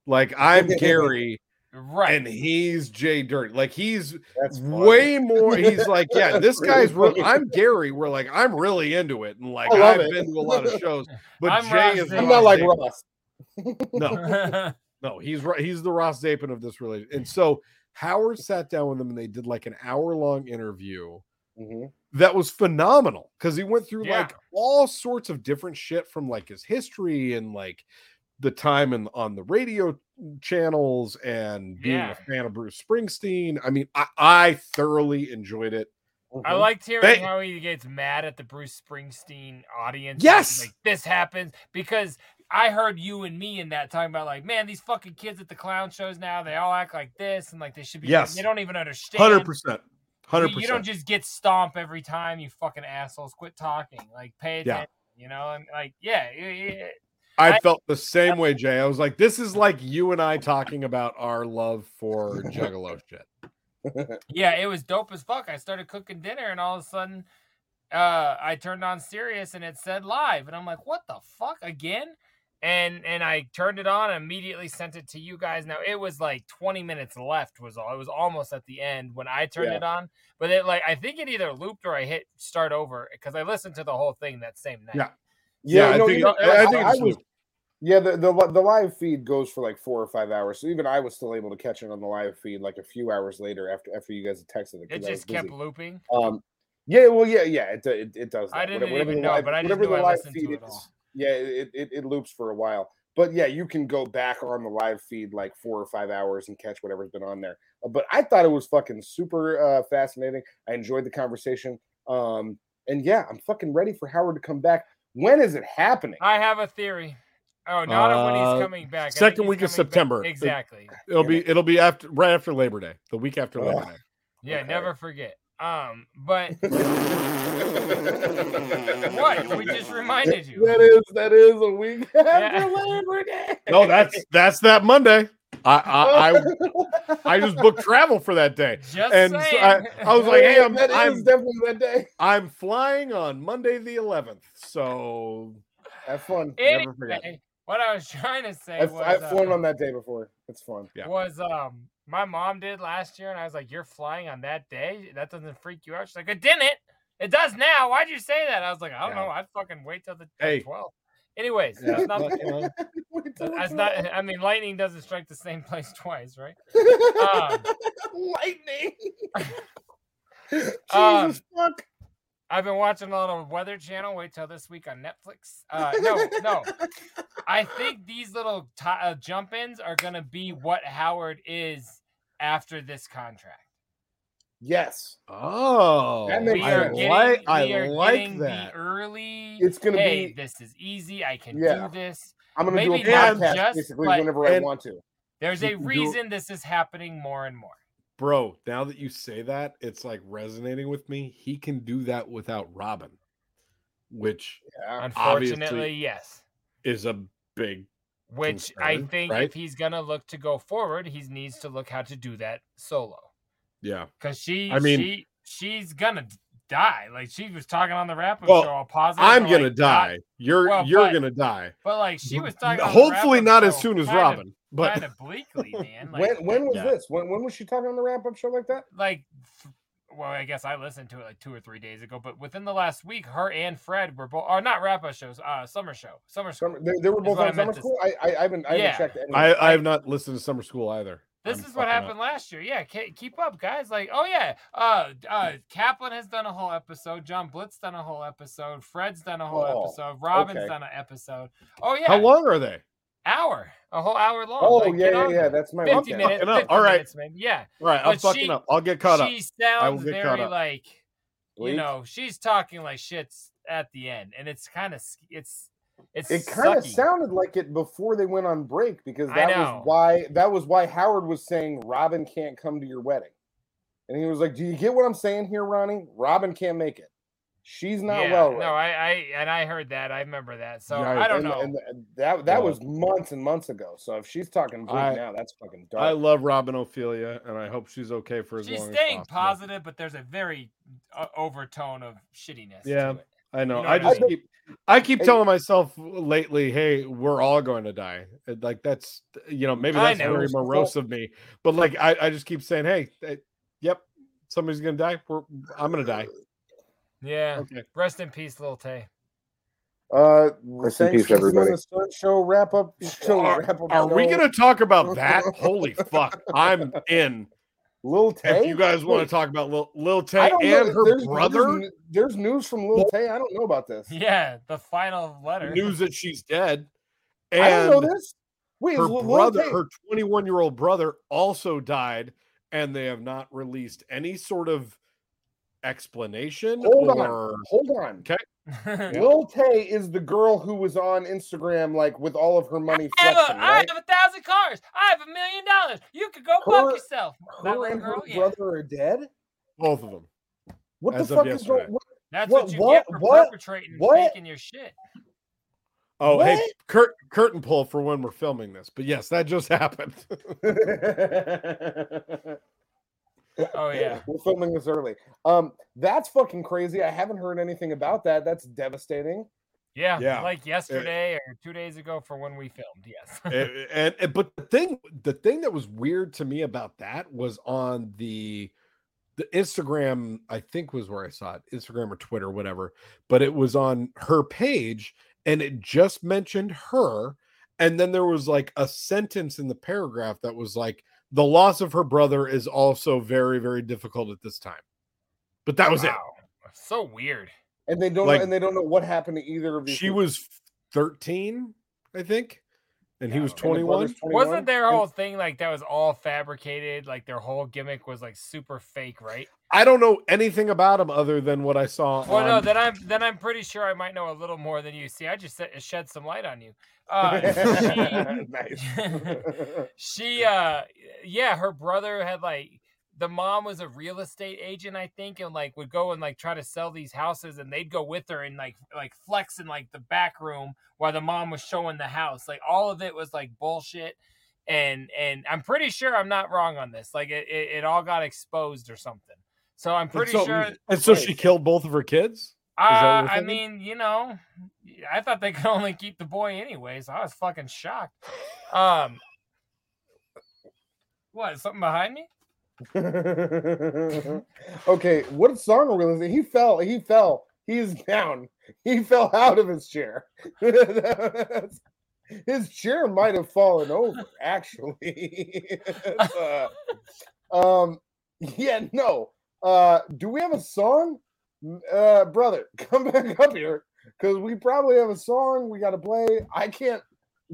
Like I'm Gary right and he's J Dirty. Like he's way more he's like, yeah, this Really guy's real funny. I'm Gary. We're like, I'm really into it. And like I love I've it. been to a lot of shows, but I'm Jay Ross is Zapin. I'm not like Zapin. Ross. No, no, he's Ro- he's the Ross Zapin of this relation. And so Howard sat down with him and they did like an hour long interview Mm-hmm. that was phenomenal because he went through Yeah. like all sorts of different shit from like his history and like the time and on the radio channels and being Yeah. a fan of Bruce Springsteen. I mean, I, I thoroughly enjoyed it. I liked hearing Thank- how he gets mad at the Bruce Springsteen audience. Yes! like this happens because I heard you and me in that talking about like, man, these fucking kids at the clown shows now they all act like this and like they should be. Yes. they don't even understand. 100%. You- 100%. You don't just get stomp every time. You fucking assholes, quit talking. Like pay Yeah. attention. You know, and like yeah, yeah, yeah. I felt the same way, Jay. I was like, this is like you and I talking about our love for Juggalo shit. yeah, it was dope as fuck. I started cooking dinner, and all of a sudden, uh, I turned on Sirius, and it said live, and I'm like, "What the fuck again?" And and I turned it on, and immediately sent it to you guys. Now it was like 20 minutes left was all. It was almost at the end when I turned Yeah. it on, but it like I think it either looped or I hit start over because I listened to the whole thing that same night. Yeah. Yeah, no, you know, I think it's was- Luke. Yeah, the, the li- the live feed goes for like four or five hours, so even I was still able to catch it on the live feed like a few hours later after after you guys had texted it. 'cause It I was just kept busy. looping. Um, yeah, well, yeah, yeah, it do- it, it does. I that. didn't even know, but I just whatever knew the I live listened to feed it is, all. yeah, it, it it loops for a while. But yeah, you can go back on the live feed like four or five hours and catch whatever's been on there. Uh, But I thought it was fucking super uh, fascinating. I enjoyed the conversation. Um, and yeah, I'm fucking ready for Howard to come back. When is it happening? I have a theory. Oh, not when Uh, he's coming back. I think Second he's week coming of back- September. It- Exactly. It'll be it'll be after right after Labor Day, the week after Oh. Labor Day. Yeah, never forget. Um, but what we just reminded you. That is that is a week after Labor Day. No, that's that's that Monday. I I, Oh. I I just booked travel for that day. Just and so I, saying. I was like, hey, Yeah, I'm, that is I'm definitely that day. I'm flying on Monday the 11th. So have fun. Never forget. Anyway, what I was trying to say I've, was, I've uh, flown on that day before. It's fun. was um my mom did last year, and I was like, "You're flying on that day? That doesn't freak you out?" She's like, "It didn't. It does now. Why'd you say that?" I was like, "I don't Yeah. know. I'd fucking wait till the Hey. twelfth. Anyways, Yeah, that's not, but, you know. that's not. I mean, lightning doesn't strike the same place twice, right? Um, lightning. Um, fuck. I've been watching a lot of Weather Channel. Wait till this week on Netflix. Uh, no, no. I think these little ti uh, jump ins are going to be what Howard is after this contract. Yes. Oh, That makes we sense. are getting, like- I we are like getting that. The early. It's gonna hey, be- This is easy. I can Yeah. do this. I'm gonna do a Maybe not podcast just, basically but whenever I and- want to. There's You a can do- reason this is happening more and more. Bro, Oh, now that you say that, it's like resonating with me. He can do that without Robin, which Yeah. Obviously- Unfortunately, yes. is a big Which I concern, think right? if he's gonna look to go forward, he needs to look how to do that solo. yeah. Cause she, I mean- she, she's gonna die. Like she was talking on the wrap up Well, show, all positive. I'm but, gonna like, not- die. You're Well, you're but- gonna die. but like she was talking. on the Hopefully wrap-up not as show soon as kinda- Robin, but kinda bleakly, man. Like, when when was Yeah. this? When when was she talking on the wrap up show like that? like th- well i guess i listened to it like two or three days ago but within the last week her and fred were both or not wrap up shows uh summer show summer school Summer, they, they were Is both what I on summer meant to school. I, I I haven't I Yeah. haven't checked. any- I I have not listened to Summer School either. this is I'm what fucking up. happened last year yeah ke- keep up guys like oh yeah uh uh kaplan has done a whole episode john blitz done a whole episode fred's done a whole Oh, episode robin's okay. done an episode oh yeah How long are they? hour a whole hour long oh Like, yeah get yeah on yeah. That's my 50 okay. minutes Fucking up. 50 All right. minutes, man. yeah All right, I'm But fucking she- up. I'll get caught she sounds get caught very up. like you Bleak. know she's talking like shits at the end and it's kind of it's it's It kind of sucky. sounded like it before they went on break because I that know. was why that was why Howard was saying Robin can't come to your wedding, and he was like, "Do you get what I'm saying here, Ronnie? Robin can't make it. She's not yeah, well. no i right i and i heard that i remember that so Yeah, i don't and, know And that that Yeah. was months and months ago. So if she's talking bleak I- now, that's fucking up. I dark. love Robin Ophelia, and I hope she's okay for as she's long staying as possible. positive but there's a very uh, overtone of shittiness to Yeah. it. I know. You know what I I just mean? keep. I keep Hey. telling myself lately, "Hey, we're all going to die." Uh, Like that's, you know, maybe I that's know. very morose of me, but like I, I just keep saying, "Hey, uh, yep, somebody's gonna die. We're, I'm gonna die." yeah Okay. rest in peace lil tay Uh, Rest in thanks peace, for listening to everybody. the Stunt Show wrap up. Show Are- wrap up Are we show. gonna talk about that? Holy fuck, I'm in. Lil Tay? If you guys want Wait, to talk about Lil, Lil I Tay don't know and if her there's- brother, There's, there's news from Lil Tay. I don't know about this. yeah the final letter news that she's dead, I don't and know this. Wait, her is Lil brother, Tay- her 21 year old brother, also died, and they have not released any sort of explanation. Hold on. or... Hold on. Lil Tay is the girl who was on Instagram, like with all of her money I have, flexing, a, I right? have a thousand cars. I have a million dollars. You could go Her- fuck yourself. That Her little and her girl, yeah. brother are dead. Both of them. What As the of fuck is yesterday. going? What, That's What- what, you what- get for what- perpetrating what? and faking your shit. Oh, hey, What? cur- curtain pull for when we're filming this. But yes, that just happened. Oh yeah. We're filming this early. Um, that's fucking crazy. I haven't heard anything about that. That's devastating. Yeah, Yeah. like yesterday or two days ago for when we filmed. Yes. and, and- and- but the thing the thing that was weird to me about that was on the the Instagram I think was where I saw it Instagram or Twitter whatever but it was on her page and it just mentioned her and then there was like a sentence in the paragraph that was like the loss of her brother is also very very difficult at this time but that was Wow. So weird. And they don't Like- and they don't know what happened to either of it these. she people. was 13 I think and he Yeah, was and the And the 21 brother's Wasn't 21? their whole thing like that was all fabricated? Like their whole gimmick was like super fake, right? I don't know anything about him other than what I saw. Oh, Well, no, on- then I'm then I'm pretty sure I might know a little more than you. See, I just set, shed some light on you. Uh, she- nice. she uh yeah her brother had like the mom was a real estate agent i think and like would go and like try to sell these houses and they'd go with her and like like flex in like the back room while the mom was showing the house like all of it was like bullshit and and i'm pretty sure i'm not wrong on this like it, it, it all got exposed or something so i'm and pretty so- sure And so she killed both of her kids. that uh, what you're i thinking? mean you know i thought they could only keep the boy anyway so i was fucking shocked um what something behind me okay, what song are we listening? He fell. He fell. He's down. He fell out of his chair. That's- his chair might have fallen over, actually. Uh, um, yeah, no. Uh, do we have a song? uh, brother, come back up here because we probably have a song we got to play. I can't.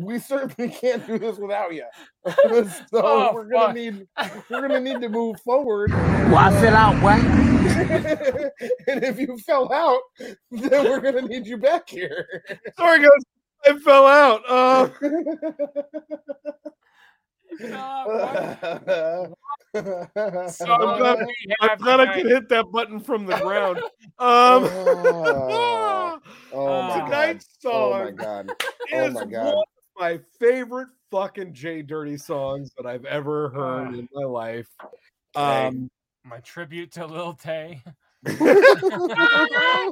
We certainly can't do this without you. so Oh, we're gonna fuck. need we're gonna need to move forward. Why fill out what? and if you fell out, then we're gonna need you back here. Sorry, guys, I fell out. Oh Uh, Uh, I'm glad, I'm glad I could hit that button from the ground. Um, tonight's song Oh my Oh god! Oh is my one god! of my favorite fucking Jay Dirty songs that I've ever heard Ah. in my life. Um, My tribute to Lil Tay. I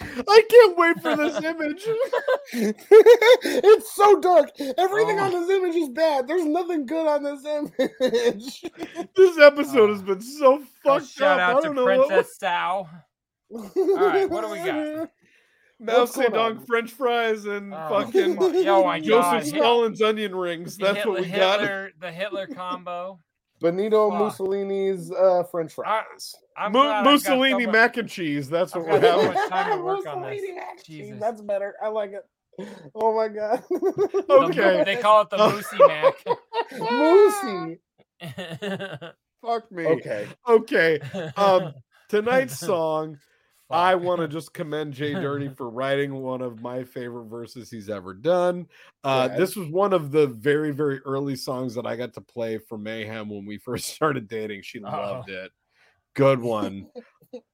can't wait for this image. it's so dark. Everything on this image is bad. There's nothing good on this image. this episode has been so fucked Oh. Shout up. I out to don't know what Princess Sal. All right, what do we got? Now What's say going dong French fries and Oh, fucking come on. Oh my God. Joseph Stalin's onion rings. The That's Hitler, what we Hitler, the Hitler combo. Benito Mussolini's uh, French fries. got. I'm Mu- glad I've got so Mussolini much- mac and cheese. That's what I've we're got so having. much time to work on this. Jeez, Jesus. That's better. I like it. Oh my god. The mo- they call it the Moosey Mac. Moosey. Fuck me. Okay. Okay. Um, tonight's song, I want to just commend Jay Dirty for writing one of my favorite verses he's ever done. Uh, Yeah. This was one of the very, very early songs that I got to play for Mayhem when we first started dating. She Oh. loved it. Good one.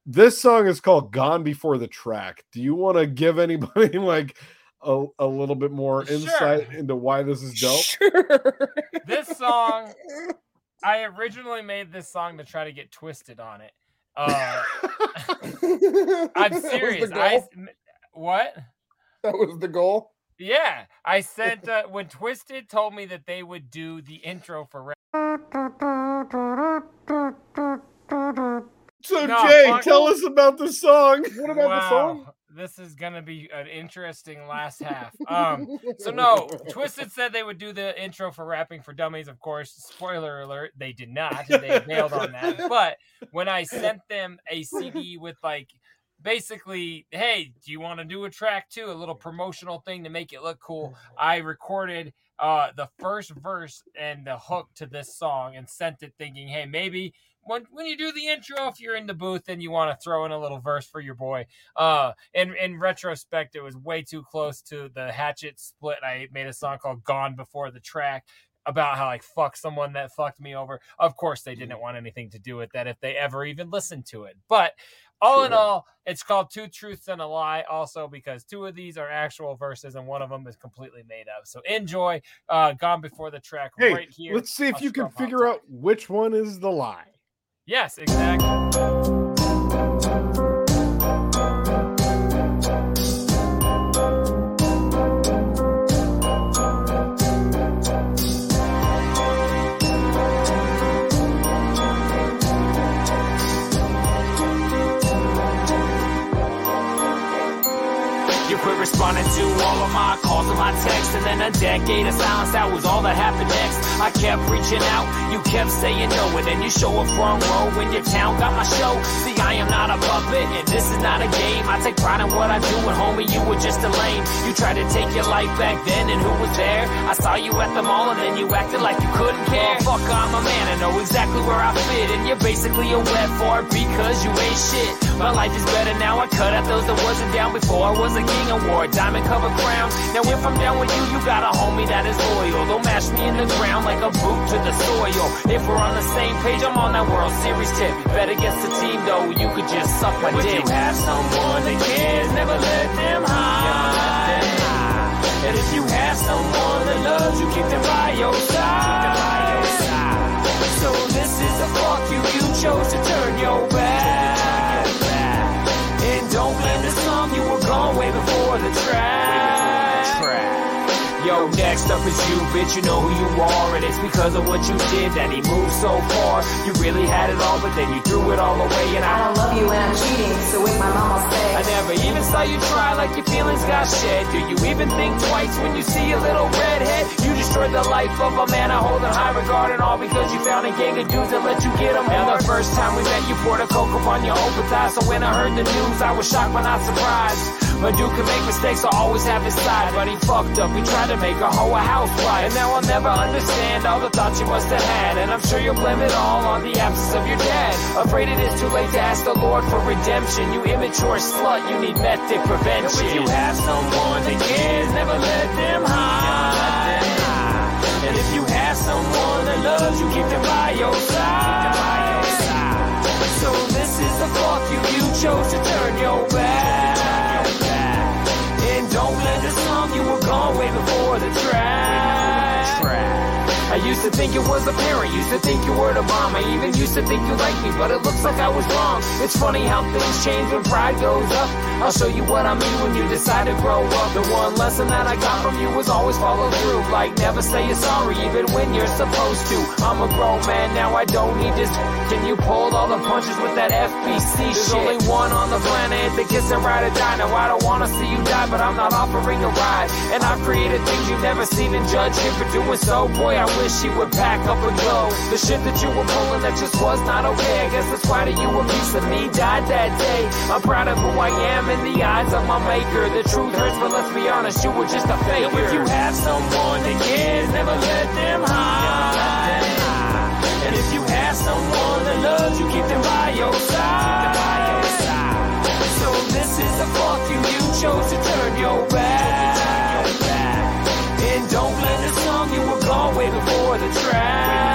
this song is called Gone Before the Track. Do you want to give anybody like a, a little bit more insight into why this is dope? this song i originally made this song to try to get twisted on it uh, That i'm was the serious I, goal? s- m- what that was the goal yeah i sent uh, when twisted told me that they would do the intro for Ra- So No, Jay, fuck. tell us about the song. What Wow, This is gonna be an interesting last half. Um, so no, Twisted said they would do the intro for rapping for dummies. Of course, spoiler alert, they did not. They bailed on that. But when I sent them a CD with like basically, hey, do you want to do a track too? A little promotional thing to make it look cool. I recorded uh, the first verse and the hook to this song and sent it thinking, hey, maybe when, when you do the intro, if you're in the booth and you want to throw in a little verse for your boy. Uh, in, in retrospect, it was way too close to the hatchet split. I made a song called Gone Before the Track about how like fuck someone that fucked me over. Of course, they didn't want anything to do with that if they ever even listened to it. But all in Sure. all, it's called Two Truths and a Lie, also because two of these are actual verses and one of them is completely made up. So enjoy uh, Gone Before the Track Hey, right here. let's see if on you can Scrub Hop. figure out which one is the lie. Yes, exactly. You quit responding to all of my calls and my texts, and then a decade of silence, that was all that happened next. I kept reaching out, you kept saying no, and then you show up front row in your town, got my show. See, I am not a puppet, and this is not a game. I take pride in what I do, and homie, you were just a lame. You tried to take your life back then, and who was there? I saw you at the mall, and then you acted like you couldn't care. Fuck, I'm a man, I know exactly where I fit, and you're basically a wet fart because you ain't shit. My life is better now, I cut out those that wasn't down before I was a king and wore a diamond covered crown. Now if I'm down with you, you got a homie that is loyal. Don't mash me in the ground like a boot to the soil. If we're on the same page, I'm on that World Series tip. Bet against the team though, you could just suck my dick. you have someone that cares, never let them hide. And if you have someone that loves you, keep them by your side. So this is the fuck you, you chose to turn your back. And don't blame the song, you were gone way before the track. Yo, next up is you, bitch, you know who you are. And it's because of what you did that he moved so far. You really had it all, but then you threw it all away. And I don't love you and I'm cheating, so with my mama say. I never even saw you try like your feelings got shed. Do you even think twice when you see a little redhead? You destroyed the life of a man I hold in high regard. And all because you found a gang of dudes that let you get them Now the first time we met, you poured a coke upon your open thigh. So when I heard the news, I was shocked but not surprised. A dude can make mistakes, I always have his side. But he fucked up, he tried to make a hoe a housewife. And now I'll never understand all the thoughts you must have had. And I'm sure you'll blame it all on the absence of your dad. Afraid it is too late to ask the Lord for redemption. You immature slut, you need method prevention. If you have someone that cares, never let them hide. And if you have someone that loves you, keep them by your side. So this is the fuck you, you chose to turn your back. And don't let the song you were gone way before the track. I used to think it was apparent, used to think you were the bomb. I even used to think you liked me, but it looks like I was wrong. It's funny how things change when pride goes up. I'll show you what I mean when you decide to grow up. The one lesson that I got from you was always follow through. Like never say you're sorry, even when you're supposed to. I'm a grown man now, I don't need this. Can you pull all the punches with that FBC There's shit? only one on the planet that gets it right or die. Now I don't wanna see you die, but I'm not offering a ride. And I've created things you've never seen and judged him for doing so. Boy, I wish he would pack up and go. The shit that you were pulling that just was not okay. I guess that's why to you a piece of me died that day. I'm proud of who I am in the eyes of my maker. The truth hurts, but let's be honest, you were just a faker. If you have someone that cares, never let them hide. And if you have someone that loves you, keep them by your side. So this is the fuck you, you chose to turn your back. And don't let the song you were gone way before the track.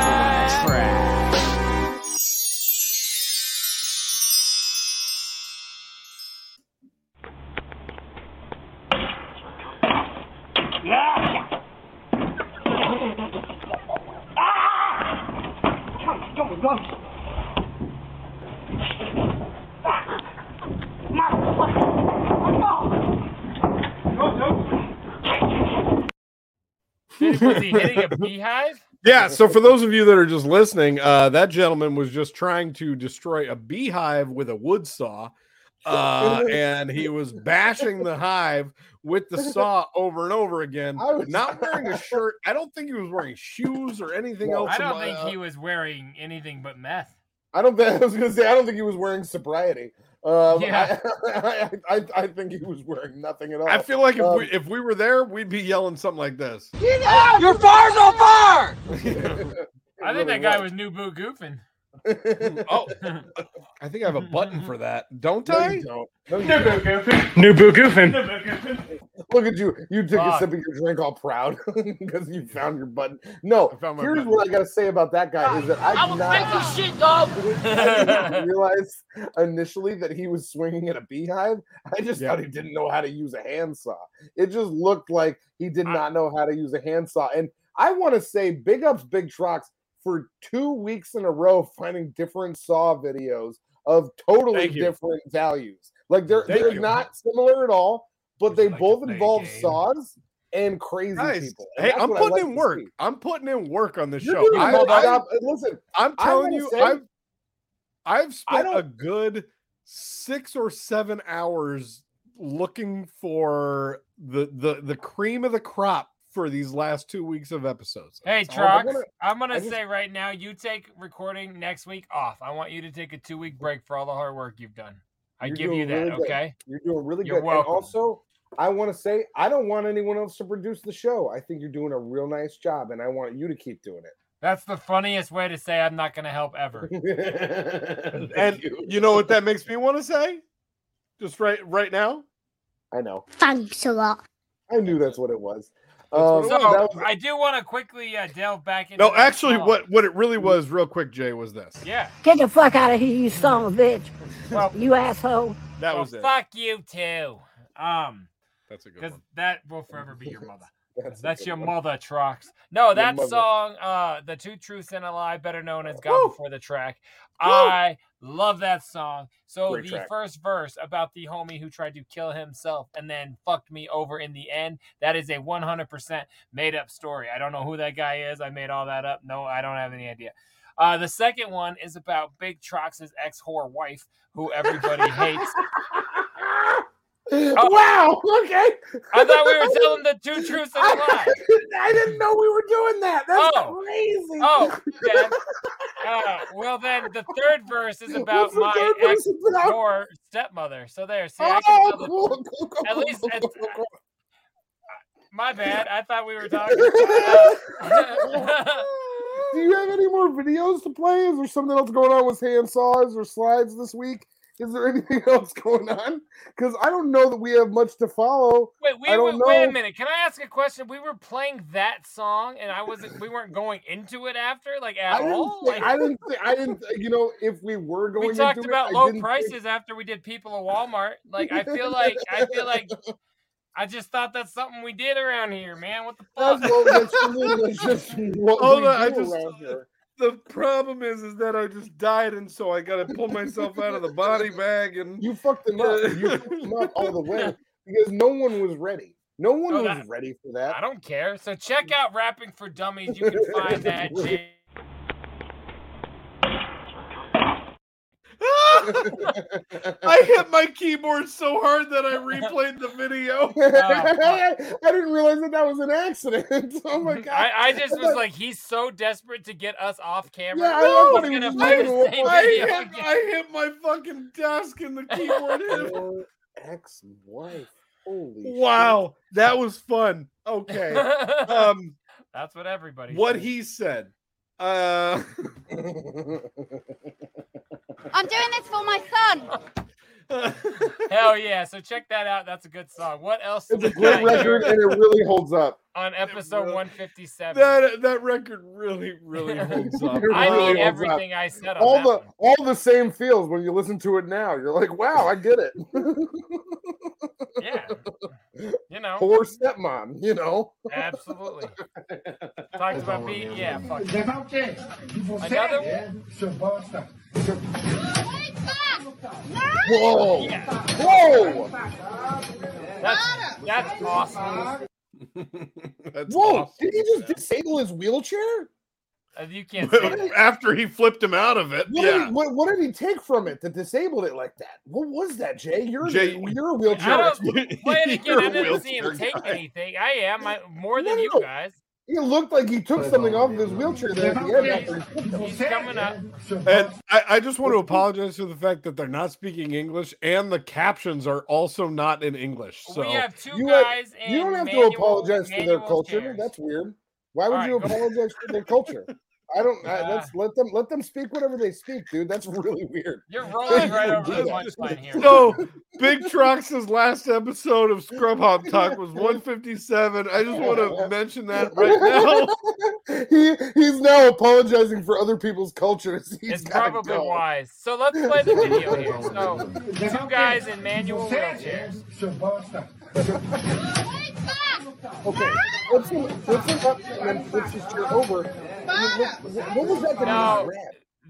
Was he hitting a beehive? Yeah, so for those of you that are just listening, uh, that gentleman was just trying to destroy a beehive with a wood saw, uh, and he was bashing the hive with the saw over and over again. not wearing a shirt. I don't think he was wearing shoes or anything else. uh, I don't about- think he was wearing anything but meth. I don't think I was gonna say I don't think he was wearing sobriety. Um, Yeah. I, I, I, I think he was wearing nothing at all. I feel like if Um, we if we were there, we'd be yelling something like this. Your bar's on fire! I really think that guy was was. new boo goofing. oh, I think I have a button for that. Don't I? No, you don't. New boo goofing. Look at you. You took a Fuck. sip of your drink all proud because you found your button. No, found my here's button. what I got to say about that guy is that I I did was not, making shit, dog. I didn't realize initially that he was swinging at a beehive. I just thought he didn't know how to use a handsaw. It just looked like he did not know how to use a handsaw. And I want to say big ups, big trucks for two weeks in a row finding different saw videos of totally Thank you. different values. Like they're Thank they're you. not similar at all, but they both involve saws and crazy Guys, people. And hey, that's I'm what I putting like in to work. see. I'm putting in work on this You're show. doing I, a I, job. Listen, I'm I telling will you, say- I've I've I spent don't- a good six or seven hours looking for the the the cream of the crop for these last two weeks of episodes. Hey, That's all I Trox, wanna- I'm going I to just- say right now, you take recording next week off. I want you to take a two week break for all the hard work you've done. I You're give doing you that, really good. okay? You're doing really You're good. welcome. And also, I want to say I don't want anyone else to produce the show. I think you're doing a real nice job, and I want you to keep doing That's the funniest way to say I'm not going to help ever. it. And you know what that makes me want to say? Just right right now. I know. Thanks a lot. I knew that's what it was. what Um, it So that was- I do want to quickly uh, delve back into. Oh, No, that actually, song. what what it really was, real quick, Jay, was this. Yeah. Get the fuck out of here, you son of a bitch. Well, You asshole. That well, was it. Fuck you too. Um, That's a good because one. that will forever be your mother. That's, your mother, Trox. No, Your that mother. song, uh, The Two Truths and a Lie, better known as God Before the Track. I love that song. So Great the track. first verse about the homie who tried to kill himself and then fucked me over in the end, that is a 100% made up story. I don't know who that guy is. I made all that up. No, I don't have any idea. Uh, the second one is about Big Trox's ex whore wife, who everybody hates. Wow. Okay. Oh. I thought we were telling the two truths and a lie. I didn't know we were doing that. That's Oh. crazy. Oh, then, uh, well, then the third verse is about the my third verse ex is about? your stepmother. So there, see, I can Oh, tell the, cool, cool, cool, at cool, least cool, at- cool, cool, cool. my bad. I thought we were talking. Do you have any more videos to play? Is there something else going on with handsaws or slides this week? Is there anything else going on? Because I don't know that we have much to follow. Wait, we I were, don't wait a know. minute. Can I ask a question? We were playing that song, and I wasn't. We weren't going into it after, like at I didn't, all. think, Like, I didn't. Think, I didn't. uh, You know, if we were going, we talked into about it, I low didn't prices Think, after we did people of Walmart. Like, I feel like I feel like I just thought that's something we did around here, man. What the fuck? that's what, that's literally just what Hold we on, I do just- around here. The problem is, is that I just died, and so I got to pull myself out of the body bag. And You fucked them up. You fucked them up all the way because no one was ready. No one Oh, was that- ready for that. I don't care. So check out Rapping for Dummies. You can find that. Jay. I hit my keyboard so hard that I replayed the video. I didn't realize that that was an accident. Oh my god! I, I just was like, he's so desperate to get us off camera. Yeah, I he's thought he gonna was play the just same making a video I hit, again. I hit my fucking desk, and the keyboard hit. Your ex-wife. Holy shit. Wow, that was fun. Okay, um, That's what everybody. what says. he said. Uh, I'm doing this for my son. Hell yeah! So check that out. That's a good song. What else? It's a we great got here record, and it really holds up. on episode one fifty seven. that that record really, really holds up. It I really mean holds up. everything I said. On All that the one. all the same feels when you listen to it now. You're like, wow, I get it. yeah, you know, Poor stepmom, you know. absolutely. Talked about being yeah. Fuck. it. Another Whoa! Whoa! That's, that's awesome. Whoa! Did he just disable his wheelchair? Uh, You can't say that. After he flipped him out of it, What, did yeah. he, what, what did he take from it that disabled it like that? What was that, Jay? You're Jay- you're a wheelchair. I expert. don't play it again. You're I a didn't see him wheelchair take guy. anything. I am I, more No, than no, you no. guys. It looked like he took something off of his wheelchair there at the end. After he flipped him. He's coming up. And I, I just want to apologize for the fact that they're not speaking English and the captions are also not in English. So we have two You, have- guys. you don't in have manual- to apologize for their manual culture. chairs. That's weird. Why would All you right, go- apologize for their culture? I don't. I, Uh, let's let them let them speak whatever they speak, dude. That's really weird. You're rolling right You over the do that. punchline here. so Big Trox's last episode of Scrub Hop Talk was 157. I just want to mention that right now. he he's now apologizing for other people's cultures. He's It's gotta probably go. wise. So let's play the video here. So two guys in manual wheelchairs. Okay, let's see, let's look up and then let's just turn over. What, what- what was that that No, he grabbed?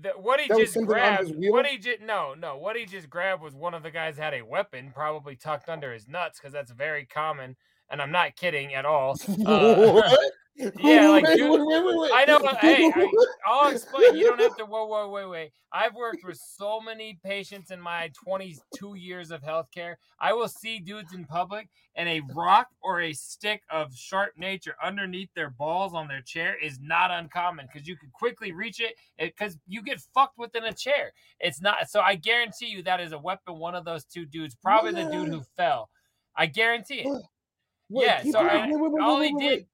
the, what he That was just something on grabbed. his wheel? What he just no no. What he just grabbed was one of the guys had a weapon, probably tucked under his nuts, because that's very common. And I'm not kidding at all. Uh, What? yeah, like Wait, dude- wait, wait, wait, wait. I know. but Hey, I, I'll explain. You don't have to. Whoa, whoa, wait, wait. I've worked with so many patients in my 22 years of healthcare. I will see dudes in public, and a rock or a stick of sharp nature underneath their balls on their chair is not uncommon because you can quickly reach it because you get fucked within a chair. It's not. So I guarantee you that is a weapon. One of those two dudes, probably the dude who fell. I guarantee it. Wait, yeah, keep so going. I- Wait, wait, wait, all wait, he wait, did wait.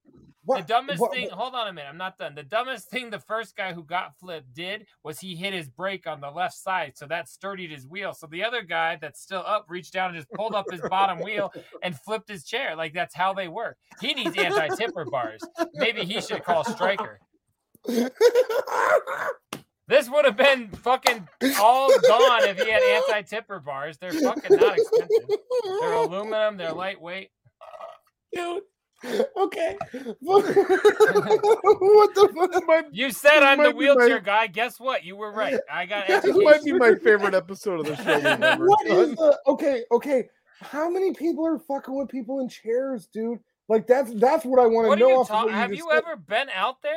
What- the dumbest what- thing, what- hold on a minute, I'm not done. The dumbest thing the first guy who got flipped did was he hit his brake on the left side, so that sturdied his wheel. So the other guy that's still up reached down and just pulled up his bottom wheel and flipped his chair. Like that's how they work. He needs anti tipper bars. Maybe he should call Striker. This would have been fucking all gone if he had anti tipper bars. They're fucking not expensive. They're aluminum, they're lightweight. Dude, okay. what the fuck am I? You said this I'm might the be wheelchair my- guy. Guess what? You were right. I got This education. might be my favorite episode of the show. we've ever What is done. the okay? Okay, how many people are fucking with people in chairs, dude? Like that's that's what I want What to are know. you off of talking? what Have just you said. ever been out there?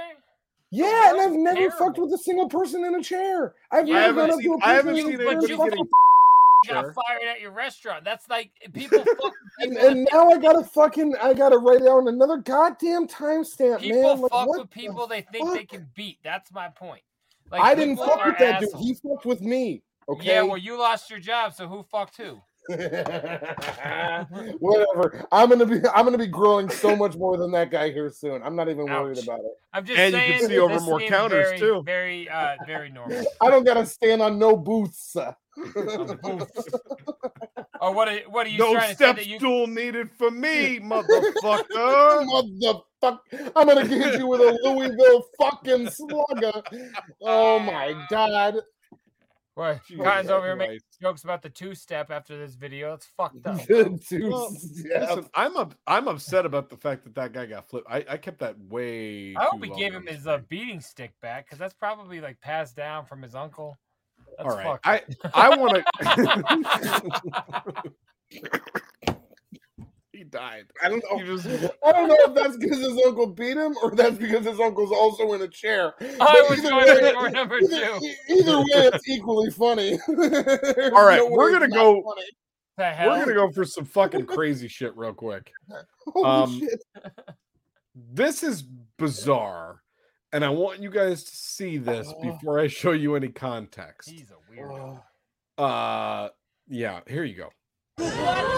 Yeah, and I've never terrible. fucked with a single person in a chair. I've Yeah, never I haven't gone up to a seen- person. I haven't in a seen chair and anybody fucked getting with You got Sure. fired at your restaurant. That's like people. fuck- and, and now I gotta fucking I gotta write it on another goddamn timestamp, people man. Like, fuck what with people they think they can beat. That's my point. Like, I didn't people fuck are with that dude. assholes. He fucked with me. Okay. Yeah, well, you lost your job, so who fucked who? Whatever. I'm gonna be I'm gonna be growing so much more than that guy here soon. I'm not even worried about it. I'm just And you saying can see that over this more seems counters, very, too. Very, uh, very normal. I don't gotta stand on no booths. Or what? Are, what are you no trying to say step that you? stool needed for me, motherfucker. Motherfucker. I'm gonna hit you with a Louisville fucking slugger. Oh my god. Boy, Jesus Cotton's over here making Christ. jokes about the two-step after this video. It's fucked up. Well, listen, I'm up. I'm upset about the fact that that guy got flipped. I, I kept that way. I too hope he long gave on him the his uh, beating stick back because that's probably like passed down from his uncle. That's All right. fucked. I I want to. he died. I don't know. He just- I don't know if that's because his uncle beat him or that's because his uncle's also in a chair. I But was either going way- with door number either, e-, two. either way, it's equally funny. All right, we're gonna go. The hell? We're gonna go for some fucking crazy shit real quick. Holy Um, shit. This is bizarre, and I want you guys to see this Uh-huh. before I show you any context. He's a weirdo. Oh. Uh, yeah. Here you go.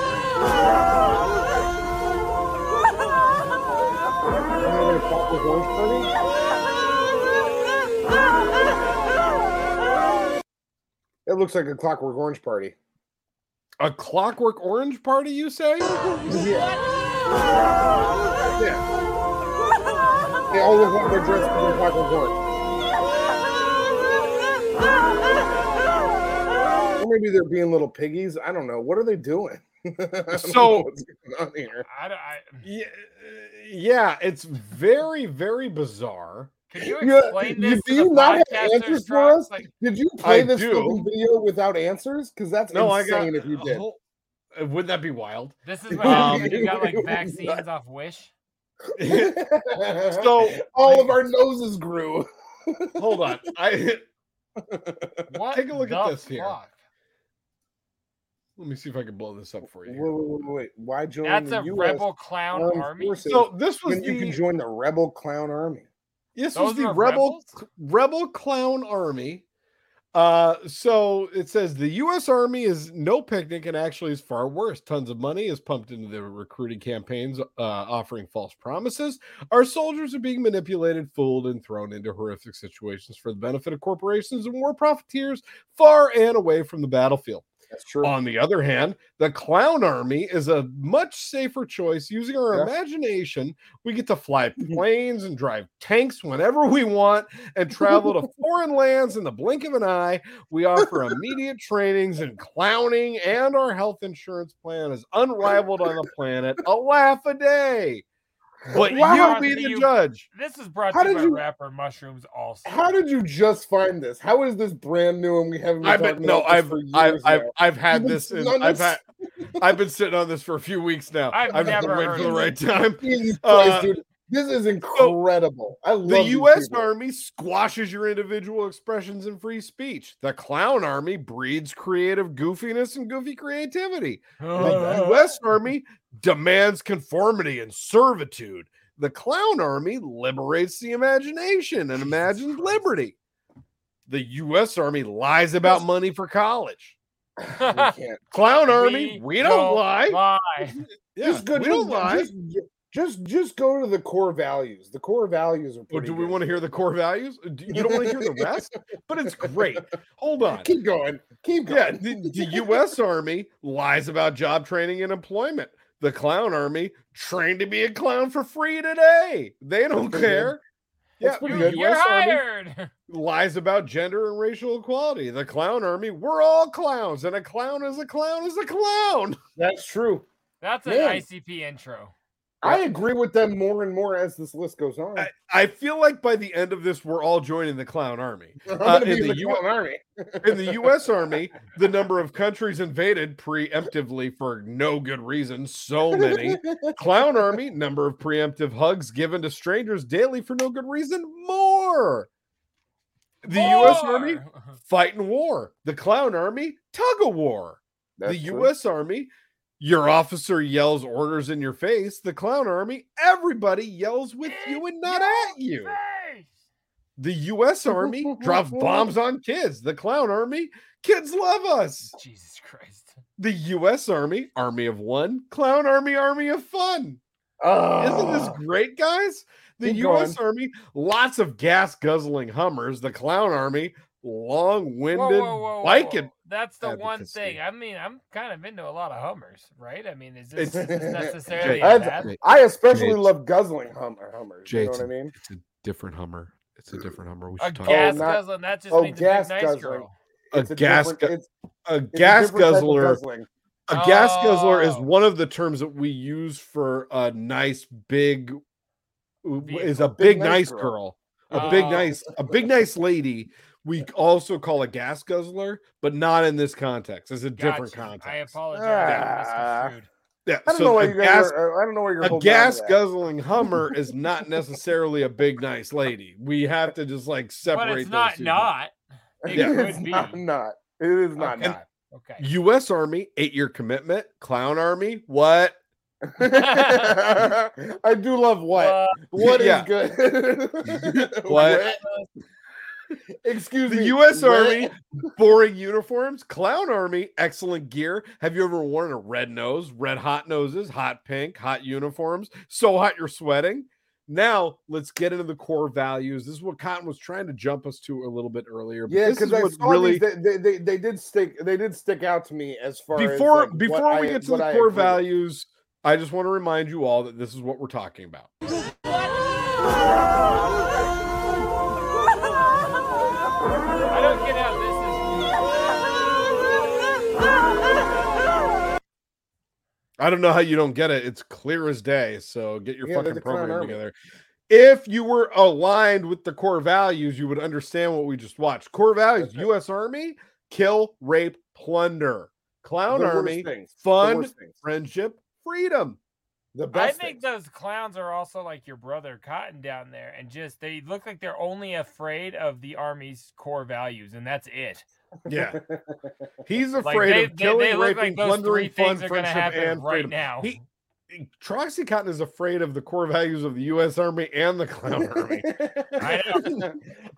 It looks like a Clockwork Orange party. A Clockwork Orange party, you say? Yeah. They all oh, look like they're dressed in Clockwork Orange. Or maybe they're being little piggies. I don't know. What are they doing? I don't So- know what's going on here? I, don't- I, mm, Yeah, yeah, it's very, very bizarre. can you Yeah, explain you- this? do to the you not have podcasters, answers for Trox? us? Like, Did you play I this do. fucking video without answers? Because that's No, I got. insane if you a did. whole- uh, wouldn't that be wild? this is what happens when you got like vaccines off Wish. so all of our noses grew. hold on. I What? Take a look the at this here. fuck? let me see if I can blow this up for you. Wait, here. wait, wait, wait. Why join That's the a US rebel clown armed army. forces So this was when you can the join the rebel clown army? this Those was the are rebel rebels? rebel clown army. Uh, so it says the U.S. Army is no picnic and actually is far worse. Tons of money is pumped into the recruiting campaigns, uh, offering false promises. Our soldiers are being manipulated, fooled, and thrown into horrific situations for the benefit of corporations and war profiteers far and away from the battlefield. That's true. On the other hand, the clown army is a much safer choice. Using our Yeah. Mhm. imagination, we get to fly planes and drive tanks whenever we want and travel to foreign lands in the blink of an eye. We offer immediate trainings in clowning, and our health insurance plan is unrivaled on the planet. A laugh a day. But Wow. you be the You- judge. This is brought How to you did by you- rapper Mushrooms also. How did you just find this? How is this brand new and we haven't been I bet talking no, about this I've for I've, years I've now? I've had You've been this. In, sitting on I've this? had I've been sitting on this for a few weeks now. I've I've just never been waiting for the right heard time. Jesus Uh, Christ, dude. This is incredible. I love The these U.S. people. Army squashes your individual expressions and free speech. The Clown Army breeds creative goofiness and goofy creativity. The U.S. Army demands conformity and servitude. The Clown Army liberates the imagination and imagines liberty. The U.S. Army lies about money for college. We can't. Clown Army, we, don't, lie. lie. Yeah, Just go we just, don't lie. Just, just just go to the core values. The core values are Or pretty do we good. want to hear the core values? Do- You don't want to hear the rest, but it's great. Hold on. keep going. Keep Yeah, going. the, the U.S. Army lies about job training and employment. The clown army trained to be a clown for free today. They don't pretty good. care. That's Yeah, pretty the good. You're US Army hired. lies about gender and racial equality. The clown army, we're all clowns, and a clown is a clown is a clown. That's true. That's an Man. ICP intro. I agree with them more and more as this list goes on. I, I feel like by the end of this, we're all joining the clown army. I'm Uh, gonna be in, in the the U- clown army. in the U.S. Army, the number of countries invaded preemptively for no good reason, so many. Clown Army, number of preemptive hugs given to strangers daily for no good reason, more. The U.S. Army, fighting war. The Clown Army, tug of war. the That's true. U.S. Army, your officer yells orders in your face. The Clown Army, everybody yells with you and not at you. The U.S. Army drops bombs on kids. The Clown Army, kids love us. Jesus Christ. The U.S. Army, Army of One, Clown Army, Army of Fun. Isn't Ah. this great, guys? The Keep U.S. going. Army, lots of gas guzzling Hummers. The Clown Army, long Whoa, winded whoa, whoa, bike whoa. and That's the one advocacy. thing. I mean, I'm kind of into a lot of Hummers, right? I mean, is this, It's- is this necessarily a bad I've- I especially Jason. love guzzling hum- hummers. You know what I Jason, mean? It's a different Hummer. It's a different Hummer. We A should talk gas about not- guzzling. That just oh, means a big gas nice guzzling. girl. a It's a gas different- gu- it's- a it's a different gas type of guzzler guzzling. a gas guzzler is Oh. one of the terms that we use for a nice big is a big, nice girl, a big Oh. nice a big nice lady we also call a gas guzzler but not in this context it's a different Gotcha. context I apologize. Ah. I misconstrued. yeah I don't so know why a you guys gas, are, I don't know why you're a holding on to gas that. guzzling hummer is not necessarily a big nice lady we have to just like separate but it's those not two not. It Yeah. could It's be. not not. It is not Okay. not. Okay. things. u.s army eight-year commitment clown army what I do love Uh, what. What is Yeah. good? What? Excuse The me. U.S. what? Army, boring uniforms. Clown Army, excellent gear. Have you ever worn a red nose, red hot noses, hot pink, hot uniforms? So hot you're sweating. Now let's get into the core values. This is what Cotton was trying to jump us to a little bit earlier. but Yeah, this is because I what saw really... they, they, they they did stick they did stick out to me as far as before like, what before we I- get to what the I core agree with. values. I just want to remind you all that this is what we're talking about. I don't get how this is. I don't know how you don't get it. It's clear as day. So get your Yeah, they're fucking the Clown program Army. together. If you were aligned with the core values, you would understand what we just watched. Core values: U.S. Army, kill, rape, plunder. Clown The worst Army, things. The fun, worst things. friendship, freedom. The I best think things. those clowns are also like your brother Cotton down there, and just they look like they're only afraid of the army's core values, and that's it. Yeah, he's Like, afraid they- they- of they killing, look like raping, those three plundering, fun, things are gonna friendship, happen and right freedom. now. He, Troxy Cotton is afraid of the core values of the U.S. Army and the Clown Army. I know.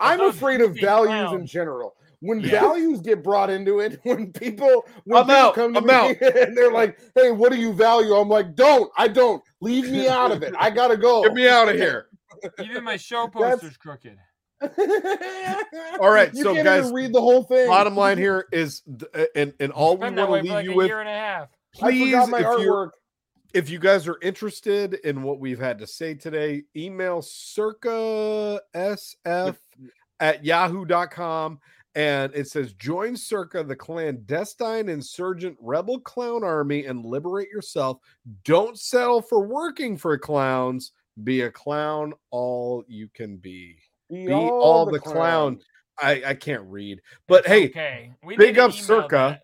I'm those afraid of big values in clowns. general. When Yeah. values get brought into it, when people when I'm people out, come to I'm me out. and they're like, "Hey, what do you value?" I'm like, "Don't, I don't. Leave me out of it. I gotta go. Get me out of here. Even my show That's- poster's crooked. All right, you so can't guys, even read the whole thing. Bottom line here is, th- uh, and and all we Been want that way to for leave like a you with, year and a half. please, I forgot my if you artwork. if you guys are interested in what we've had to say today, email circa sf at yahoo.com. And it says, join Circa, the clandestine insurgent rebel clown army, and liberate yourself. Don't settle for working for clowns. Be a clown all you can be. Be, Be all the clown. I, I can't read, but hey, Okay. We big need to up email Circa. that.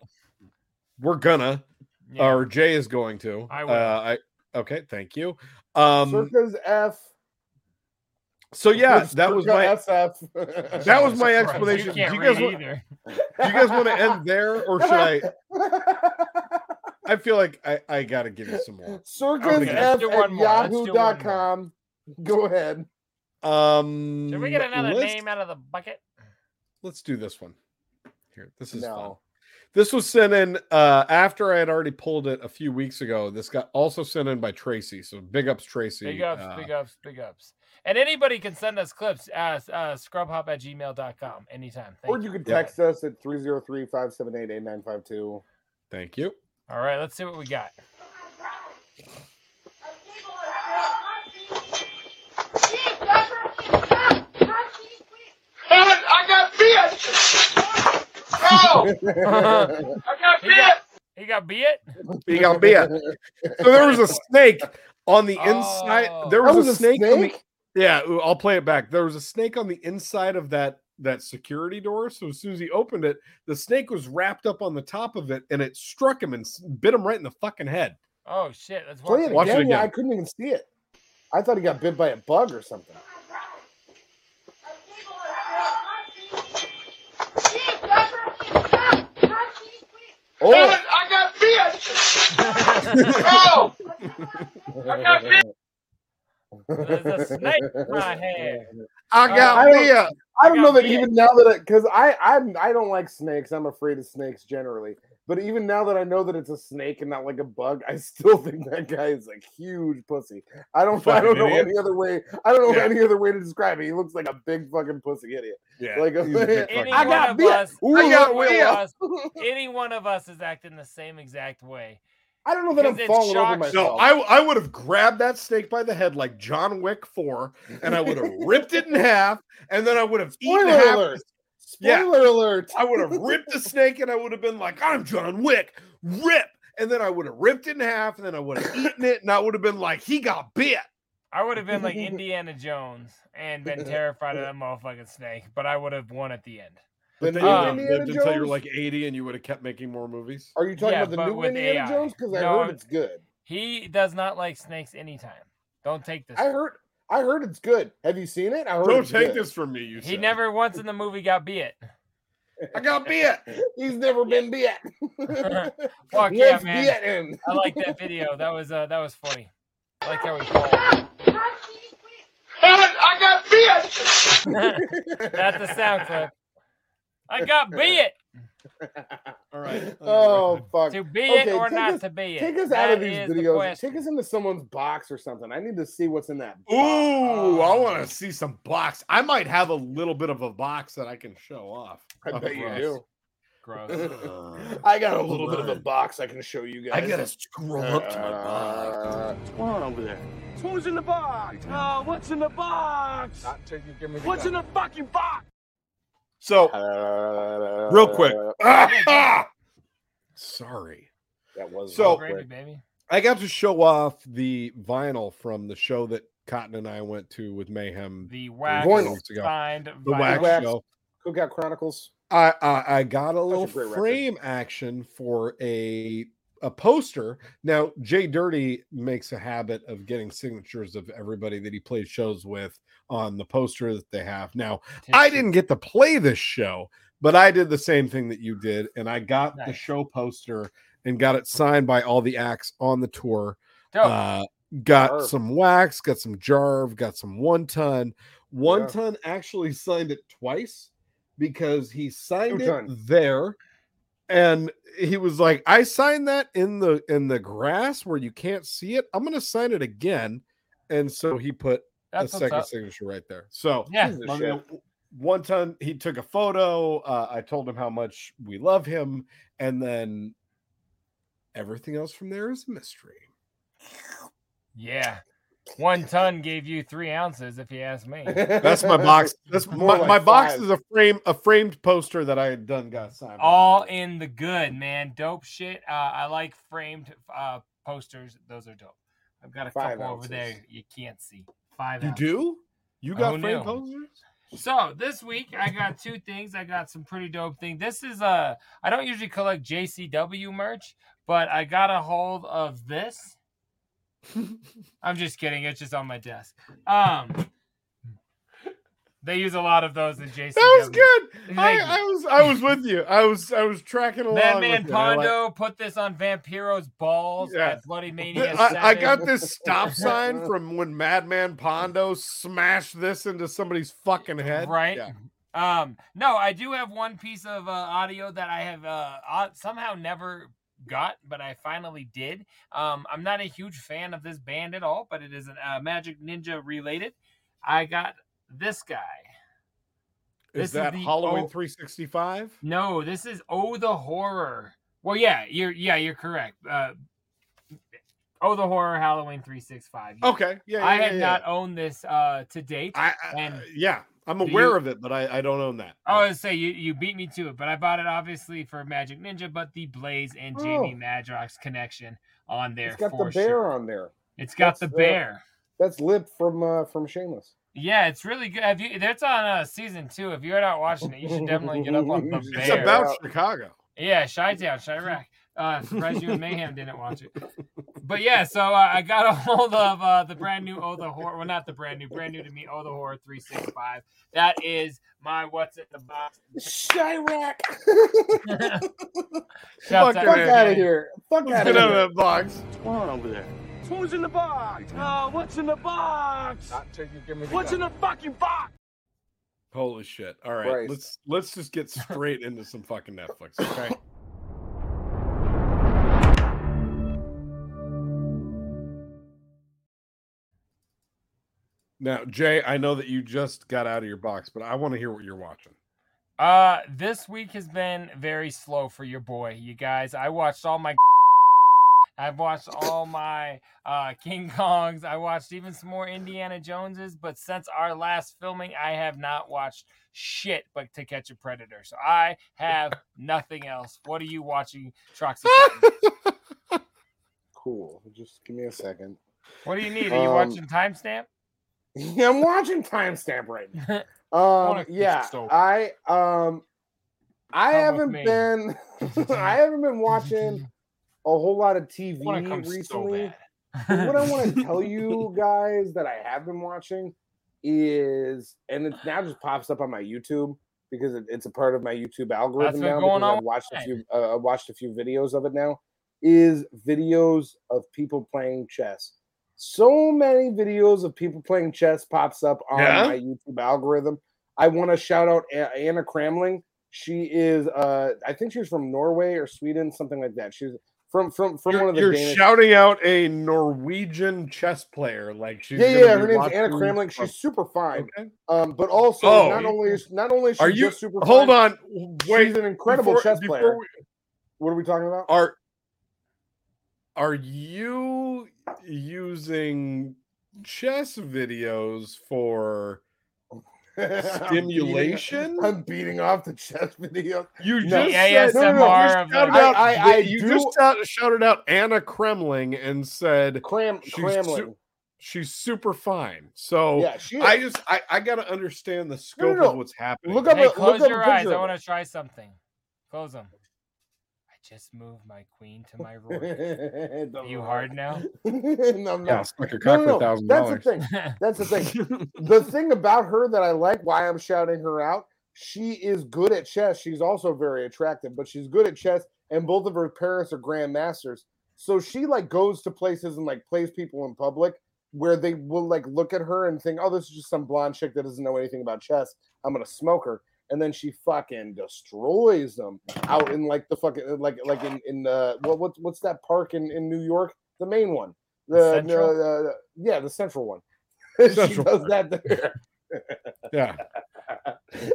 we're gonna Yeah. or Jay is going to. I will. Uh, I okay, thank you. Um, Circa's F. so yeah, that was my Circa SF. that was my Christ, explanation. Do You can't you read guys want, either. do you guys want to end there, or should I? I feel like I I gotta give you some more. Circus Okay, let's F do at one more. Let's do one more. yahoo.com. Go ahead. Um, Should we get another let's, name out of the bucket? Let's do this one. Here, this is fun. No. This was sent in uh, after I had already pulled it a few weeks ago. This got also sent in by Tracy. So big ups, Tracy. Big ups, Uh, big ups, big ups. And anybody can send us clips as uh, scrubhop at gmail.com anytime. Thank Or you you. can Yeah. text us at 303 578 8952. Thank you. All right, let's see what we got. I got bit! Oh! I got He got, he got beat. Big up, yeah. So there was a snake On the inside, there That was, was a a snake. on the- snake? yeah, ooh, I'll play it back. There was a snake on the inside of that that security door. So as soon as he opened it, the snake was wrapped up on the top of it, and it struck him and s- bit him right in the fucking head. Oh shit! That's Play it Watch it again. Yeah, again. I couldn't even see it. I thought he got bit by a bug or something. Oh. I got bit. oh. I got bit. There's a snake in my hair. I got I don't, bit. I don't I got know that even now that because I I'm, I don't like snakes. I'm afraid of snakes generally. But even now that I know that it's a snake and not like a bug, I still think that guy is a huge pussy. I don't I Fucking don't know idiot. any other way. I don't know Yeah. any other way to describe it. He looks like a big fucking pussy idiot. Yeah, like a, he's a big fucking Any I one got of bit. us- Ooh, any got one of bit. us- Any one of us is acting the same exact way. I don't know that I'm Because it falling over shocks- myself. No, I I would have grabbed that snake by the head like John Wick four, and I would have ripped it in half, and then I would have eaten Spoiler half. alert. Yeah. Spoiler alert. I would have ripped the snake, and I would have been like, "I'm John Wick, rip!" And then I would have ripped it in half, and then I would have eaten it, and I would have been like, "He got bit." I would have been like Indiana Jones and been terrified of that motherfucking snake, but I would have won at the end. But The new then you would have Indiana lived until you were Jones? like 80, and you would have kept making more movies. Are you talking Yeah, but about the new with Indiana AI. Jones? Because I No, heard I'm- it's good. He does not like snakes anytime. Don't take this. I heard I heard it's good. Have you seen it? I heard Don't it's take good. this from me, you. He said. never once in the movie got bit. I got bit. He's never been bit. Fuck yeah, Let's man. Bit him. I like that video. That was uh that was funny. I like how we fall. I got bit. That's the sound clip. I got bit. All right. Oh fuck. To be it Okay, or take not us- to be it. Take us out of That these is the videos. question. Take us into someone's box or something. I need to see what's in that. Oh. Oh, Ooh, I want Um. to see some box. I might have a little bit of a box that I can show off. I Of bet you course. do. Gross. Uh, I got a little bit of a box I can show you I guys. Uh, gotta scroll up to my box. What's going on over there? Who's in the box? Oh, what's in the box? What's in the fucking box? So Uh, real quick. Sorry. That was So- Gravy, baby. I got to show off the vinyl from the show that Cotton and I went to with Mayhem. The wax Vinyl. find The wax, Wax. show. Cookout Chronicles. I, I I got a little great record. frame action for a a poster. Now Jay Dirty makes a habit of getting signatures of everybody that he plays shows with on the poster that they have. Now I didn't get to play this show, but I did the same thing that you did, and I got the Nice. show poster and got it signed by all the acts on the tour. Dope. Uh, got Jarve. some wax, got some jarve, got some one ton. One Yeah. ton actually signed it twice because he signed it Two-ton. there, and he was like, "I signed that in the in the grass where you can't see it. I'm gonna sign it again." And so he put That's a what's second up. signature right there. So Yeah. Piece of I shit. mean, one time he took a photo. Uh, I told him how much we love him, and then everything else from there is a mystery. Yeah. One ton gave you three ounces, if you ask me. That's my box. That's More my, like my box five. is a frame a framed poster that I had done got signed. All in the good, man. Dope shit. Uh, I like framed uh, posters. Those are dope. I've got a Five couple over there ounces. you can't see. Five you ounces. do? You Oh, got no. framed posters? So this week I got two things. I got some pretty dope thing. This is uh I don't usually collect JCW merch, but I got a hold of this. I'm just kidding. It's just on my desk. Um, they use a lot of those in JCW. That was good. Thank I, you. I was I was with you. I was I was tracking along. Madman with you. I like- Pondo put this on Vampiro's balls Yeah. at Bloody Mania. I, I 7. got this stop sign from when Madman Pondo smashed this into somebody's fucking head. Right. Yeah. Um, no, I do have one piece of uh, audio that I have uh, au- somehow never got, but I finally did. Um, I'm not a huge fan of this band at all, but it is an, uh, Magic Ninja related. I got this guy. This Is is that the- Halloween oh. 365? No, this is Oh the Horror. Well, yeah, you're yeah you're correct. Uh, oh the Horror Halloween 365. Okay. Yeah. I yeah, had yeah, not yeah. owned this uh, to date. I, I and- yeah, I'm Do you- aware of it, but I, I don't own that. I was gonna say you, you beat me to it, but I bought it obviously for Magic Ninja, but the Blaze and Jamie Oh. Madrox connection on there It's got the for bear sure. on there. It's got the That's, uh, bear. That's lip from uh, from Shameless. Yeah, it's really good. Have you? That's on uh, season two. If you're not watching it, you should definitely get up on the It's bear. about Chicago. Yeah, Chi-Town, Chirac. Uh, surprised you and Mayhem didn't watch it. But yeah, so uh, I got a hold of uh, the brand new Oh the Horror. Well, not the brand new, brand new to me, Oh the Horror 365. That is my What's in the Box. Chirac. Shouts out Fuck outta to Mayhem. here. Fuck Let's outta get out here. of that box. Come on over there. Who's in the box? Oh, what's in the box? Not till you give me the What's in the fucking box? Holy shit! All right, Christ. let's let's just get straight into some fucking Netflix. Okay. Now, Jay, I know that you just got out of your box, but I want to hear what you're watching. Uh, this week has been very slow for your boy, you guys. I watched all my. I've watched all my uh, King Kongs. I watched even some more Indiana Joneses. But since our last filming, I have not watched shit but To Catch a Predator. So I have nothing else. What are you watching, Troxy? Cool. Just give me a second. What do you need? Are you Um, watching timestamp? Yeah, I'm watching timestamp right now. Um, Wanna- yeah, so- I um, Come I with haven't me. been, I haven't been watching a whole lot of TV Wanna come so recently. But what I want to tell you guys that I have been watching is, and it now just pops up on my YouTube because it, it's a part of my YouTube algorithm been now. going on Because I've with watched a mine. few, uh, I watched a few videos of it now. Is videos of people playing chess. So many videos of people playing chess pops up on Yeah? my YouTube algorithm. I want to shout out A- Anna Kramling. She is, uh, I think she's from Norway or Sweden, something like that. She's from from from one of the You're Danish. shouting out a Norwegian chess player, like she's yeah, gonna yeah. be Her name's Anna watching Kramling. from- She's super fine. Okay. Um, but also Oh, not you- only is not only is she Are you? just super Hold fine, on. Wait. she's an incredible before- chess before player. we- What are we talking about? Are are you using chess videos for I'm beating- stimulation? I'm beating off the chess video. You No. just The said- no, no, no, ASMR you of, shouted like- out- I- I- I you just do- shout- shouted out Anna Kremling and said Cram she's su- Kramling. she's super fine. So Yeah, she I is. just I, I gotta understand the No, no, scope no. of what's happening. Look up Hey, a, close look up your a eyes. picture. I of want to try something. Close them. I just moved my queen to my rook. it. Are you hard now? no, I'm yeah, not. smack your cock for No, no, no. a thousand That's the dollars. thing. That's the thing. the thing about her that I like, why I'm shouting her out, she is good at chess. She's also very attractive, but she's good at chess, and both of her parents are grandmasters. So she like goes to places and like plays people in public where they will like look at her and think, "Oh, this is just some blonde chick that doesn't know anything about chess. I'm gonna smoke her." And then she fucking destroys them out in like the fucking like like in in uh what what what's that park in in New York? The main one. The The, no, Central? uh, the- yeah, the central one. she Central does Park. that there. Yeah.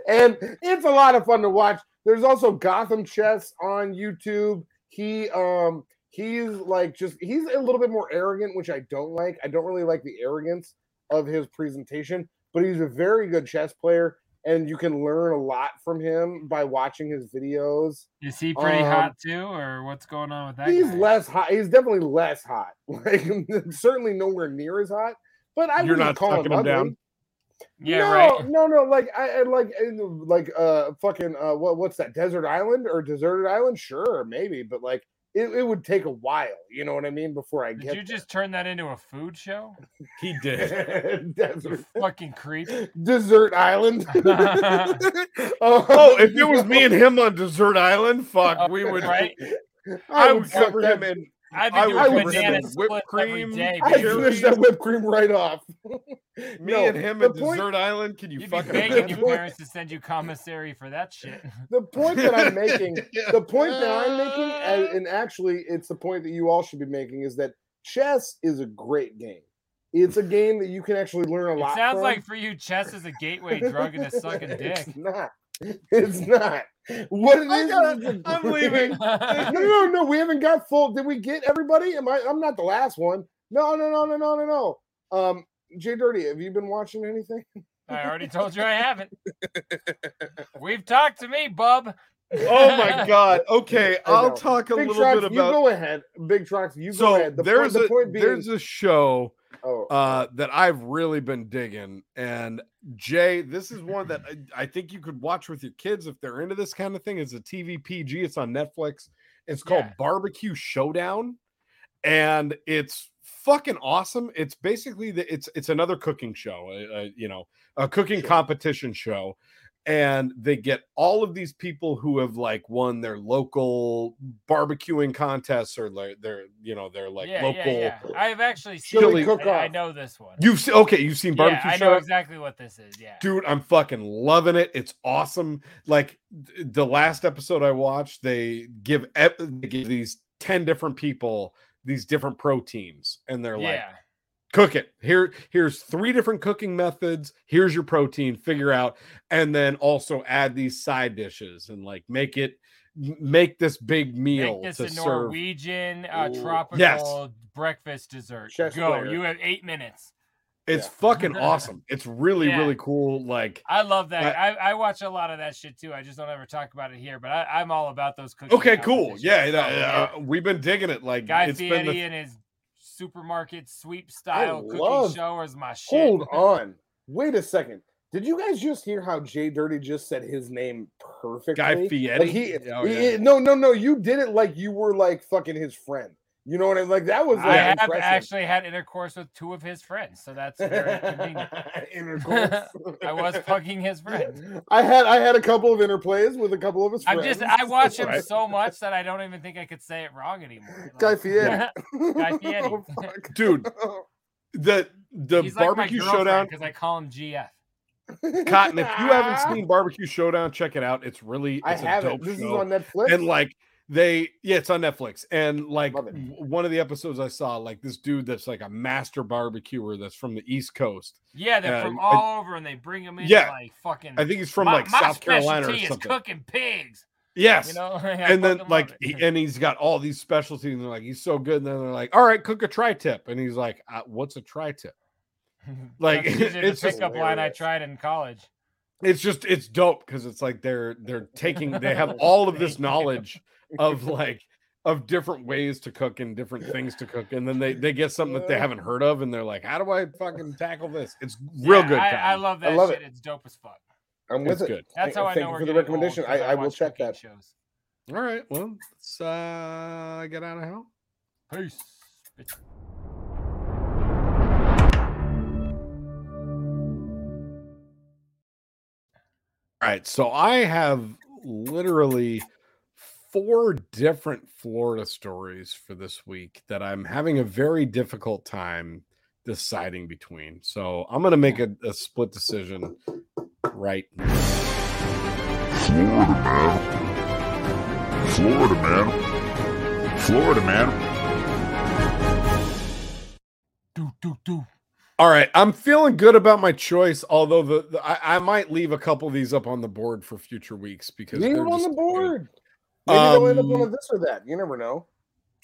and it's a lot of fun to watch. There's also Gotham Chess on YouTube. He um he's like just he's a little bit more arrogant, which I don't like. I don't really like the arrogance of his presentation, but he's a very good chess player, and you can learn a lot from him by watching his videos. Is he pretty Um, hot too, or what's going on with that? he's guy? less hot. He's definitely less hot. Like certainly nowhere near as hot. But I You're wouldn't not call sucking him him down. ugly. Yeah, no, right. No, no, like I, I like I- like uh fucking uh what what's that desert island or deserted island? Sure, maybe, but like it, it would take a while, you know what I mean, before I Did get you just turn that into a food show? He did. desert Fucking creep. desert island. Oh, if it was me and him on Desert Island, fuck, we would. right? I would would cover fuck him that- in I've I been would doing recommend banana whipped splits every cream, day. I baby. chili. finished that whipped cream right off. me No, and him the at point- Desert Island. Can you You'd be fucking begging imagine? your parents to send you commissary for that shit. the point that I'm making, the point that I'm making, and, and actually, it's the point that you all should be making is that chess is a great game. It's a game that you can actually learn a lot. It sounds from. like for you, chess is a gateway drug into sucking dick. It's not. It's not. What it I is gotta- is it's a I'm great- leaving. no, no, no. We haven't got full. Did we get everybody? Am I? I'm not the last one. No, no, no, no, no, no, no. Um, Jay Dirty, have you been watching anything? I already told you I haven't. We've talked to me, bub. Oh my god. Okay, I I'll know. talk a Big little Trucks, bit about. You go ahead, Big Trucks. You so go ahead. The there's point, a the point being, there's a show Oh. uh, that I've really been digging, and Jay, this is one that I, I think you could watch with your kids if they're into this kind of thing. It's a TV PG. It's on Netflix. It's called Barbecue Showdown, and it's fucking awesome. It's basically the, it's it's another cooking show, uh, uh, you know, a cooking competition show, and they get all of these people who have like won their local barbecuing contests or like their you know their like yeah, local. yeah, yeah. I've actually seen Chili it. cook-off. I, I know this one. You've seen, okay, you've seen Yeah, barbecue I know Showdown? exactly what this is. Yeah. dude i'm fucking loving it it's awesome like th- the last episode i watched they give ep- they give these 10 different people these different proteins and they're like Yeah. cook it here here's three different cooking methods here's your protein figure out and then also add these side dishes and like make it m- make this big meal It's to a serve Norwegian uh, Ooh. tropical Yes. breakfast dessert. Chess Go. player. You have eight minutes. it's fucking awesome it's really Yeah. really cool like I love that. Uh, I, I watch a lot of that shit too. I just don't ever talk about it here, but I, I'm all about those Oh, cookies. okay cool yeah, yeah, uh, we've been digging it like Guy it's Fieri been the and his supermarket sweep style cooking love- show is my shit. hold on. Wait a second. Did you guys just hear how Jay Dirty just said his name perfectly? Fieri? Like he, Oh, he- yeah. no, no, no. You did it like you were like fucking his friend. You know what I mean? Like that was. Like, I have impressive. actually had intercourse with two of his friends, so that's very convenient. Intercourse. I was fucking his friend. I had I had a couple of interplays with a couple of his I'm friends. just I watch him Right. so much that I don't even think I could say it wrong anymore. Guy Like, Fieri. Guy Fieri. Oh, dude the the He's barbecue showdown because I call him GF. cotton if you haven't seen barbecue showdown check it out it's really it's I a have it. dope This show. is on Netflix. and like they yeah it's on netflix and like w- one of the episodes i saw like this dude that's like a master barbecuer that's from the east coast Yeah, they're Uh, from I- all over, and they bring them in. yeah. like fucking. I think he's from, Mm. my, like, my South Carolina or specialty is something. cooking pigs. yes you know, I and fucking then love like it. he, and he's got all these specialties and they're like he's so good and then they're like all right cook a tri-tip and he's like uh, what's a tri-tip like That's usually it's the just pickup line I tried in college. it's just it's dope because it's like they're they're taking they have all of this knowledge of like of different ways to cook and different things to cook and then they they get something that they haven't heard of and they're like how do i fucking tackle this it's real Yeah, good I, Cotton. I love that love shit. it. It's dope as fuck. I'm with It's it. good. That's how I thank know you we're for the getting old, recommendation. 'cause I, I I will watch check that. Shows. all right well let's uh get out of hell Peace. bitch. All right, so I have literally four different Florida stories for this week that I'm having a very difficult time deciding between. So I'm going to make a, a split decision right Florida man. Florida man. Florida man. All right, I'm feeling good about my choice. Although the, the- I, I might leave a couple of these up on the board for future weeks because Leave they're them on just- the board. Maybe they'll end up one Um, of this or that. You never know.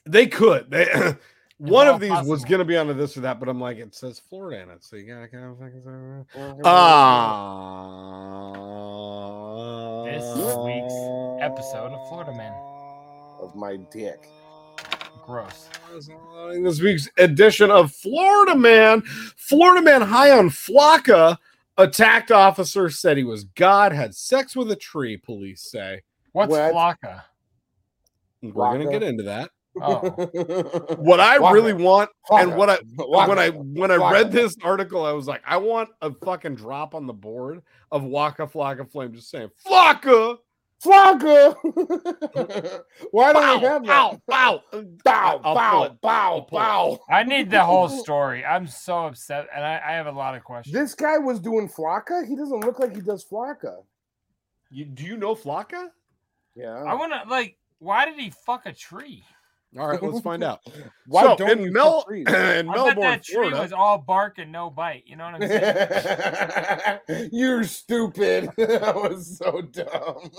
they could. They, one all of these was going to be on this or that, but I'm like, it says Florida in it, so you gotta kind of fucking. say, uh, Ah. This week's episode of Florida Man. Of my dick. Gross. following this week's edition of Florida Man. Florida Man high on Flocka attacked officer said he was God, had sex with a tree, police say. What's What? Flocka? We're going to Flocka? get into that. Oh, What I Flocka. really want and Flocka. what I Flocka. when I when I Flocka. read this article I was like I want a fucking drop on the board of Waka Flocka Flame just saying Flocka Flocka Why don't we have that? Bow Bow Bow I'll pull Bow it. I'll Bow pull it. Bow. I need the whole story. I'm so upset, and I, I have a lot of questions. This guy was doing Flocka. He doesn't look like he does Flocka. You, do you know Flocka? Yeah. I want to like, why did he fuck a tree? All right, let's find out. Why So, don't in you Mel- put trees? in I bet Melbourne, that tree Florida, was all bark and no bite. You know what I'm saying? You're stupid. that was so dumb.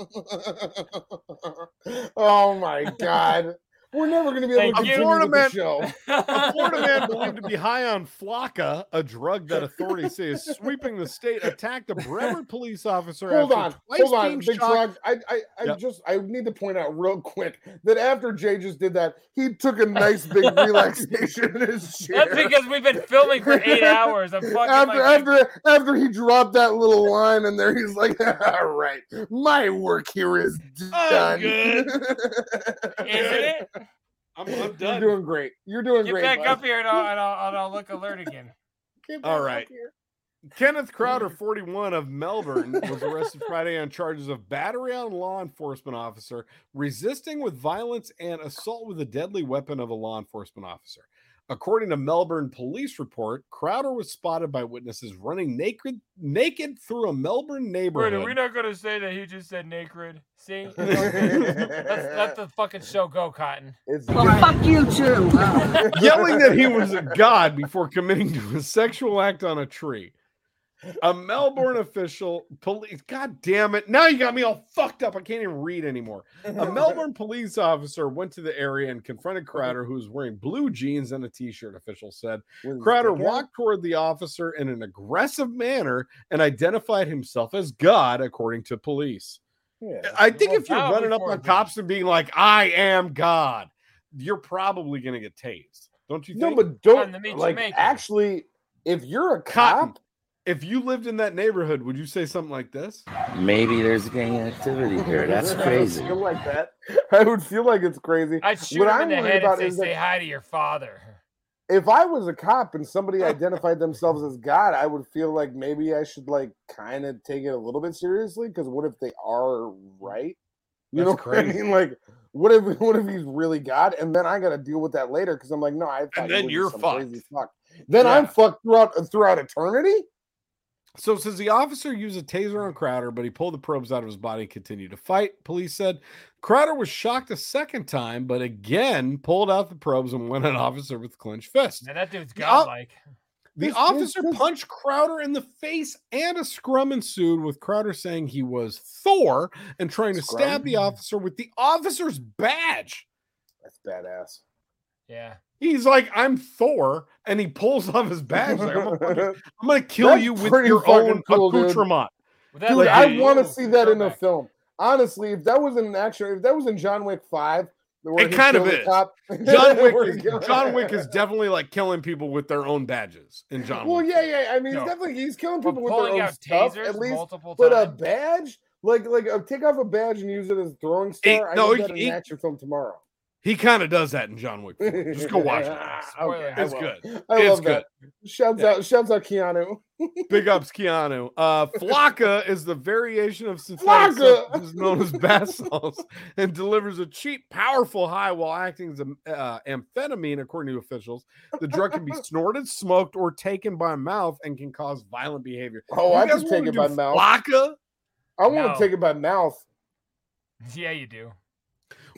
oh my god. We're never going to be able to a continue Florida with the man, show. a Florida man believed to be high on flaca, a drug that authorities say is sweeping the state, attacked a Brevard police officer. Hold on, after twice hold on, being Big shot- Frog. I, I, I Yep. just, I need to point out real quick that after Jay just did that, he took a nice big relaxation in his chair. That's because we've been filming for eight hours. I'm fucking after, like, after, after he dropped that little line in there, he's like, "All right, my work here is done." good. isn't it? I'm, I'm You're doing great. You're doing Get great. back bud. up here and I'll, and, I'll, and I'll look alert again. Get All back up right. here. Kenneth Crowder, 41 of Melbourne, was arrested Friday on charges of battery on law enforcement officer, resisting with violence, and assault with a deadly weapon of a law enforcement officer. According to Melbourne police report, Crowder was spotted by witnesses running naked naked through a Melbourne Wait, are we neighborhood. not going to say that he just said naked? See? Let's let the fucking show go, Cotton. It's fuck you too. Yelling that he was a god before committing to a sexual act on a tree. A Melbourne official, police, god damn it. Now you got me all fucked up. I can't even read anymore. A Melbourne police officer went to the area and confronted Crowder, who was wearing blue jeans and a t shirt, official said. With his Crowder dick out? walked toward the officer in an aggressive manner and identified himself as God, according to police. Yeah. I think Well, if you're now running we up on forward. cops and being like, I am God, you're probably going to get tased. Don't you No, think? but don't like actually. If you're a Cotton, if you lived in that neighborhood, would you say something like this? Maybe there's gang activity here. That's I crazy. would feel like that. I would feel like it's crazy. I'd shoot What him I'm in the worried head if about they is that- say hi to your father. if I was a cop and somebody identified themselves as God, I would feel like maybe I should like kind of take it a little bit seriously. Because what if they are right? You know That's what I crazy. mean? Like, what if what if he's really God? And then I got to deal with that later because I'm like, no, I. thought you then were just you're some fucked. Crazy fuck. Then I'm Yeah. fucked throughout throughout eternity. So it says the officer used a taser on Crowder, but he pulled the probes out of his body and continued to fight. Police said Crowder was shocked a second time, but again pulled out the probes and went at officer with clenched fist. Now that dude's Yeah. godlike. The officer punched Crowder in the face, and a scrum ensued with Crowder saying he was Thor and trying to stab the officer with the officer's badge. That's badass. Yeah. He's like, I'm Thor, and he pulls off his badge. Like, I'm, gonna fucking- I'm gonna kill That's you with pretty your fucking own cool, dude. accoutrement. Dude, Like, I he- want to see that in a film. Honestly, if that was in an action, if that was in John Wick Five, where It he kind of killed the is. cop- John Wick where he is killed- John Wick is definitely like killing people with their own badges in John Well, Wick. yeah, yeah. I mean, No. he's definitely he's killing people with pulling their own out stuff tasers at least, multiple but a times. badge, like like uh, take off a badge and use it as a throwing Hey, star. I no, need that in he- an action film tomorrow. He kind of does that in John Wick. 4. Just go watch it. Okay, I It's will. good. I It's love good. that. Shouts out, shouts out, Keanu. Big ups, Keanu. Uh, flaca is the variation of synthetic Flocka! substance known as bath salts and delivers a cheap, powerful high while acting as a, uh, amphetamine, according to officials. The drug can be snorted, smoked, or taken by mouth and can cause violent behavior. Oh, You I guys can wanna take it do by mouth. Flocka? I want No. to take it by mouth. Yeah, you do.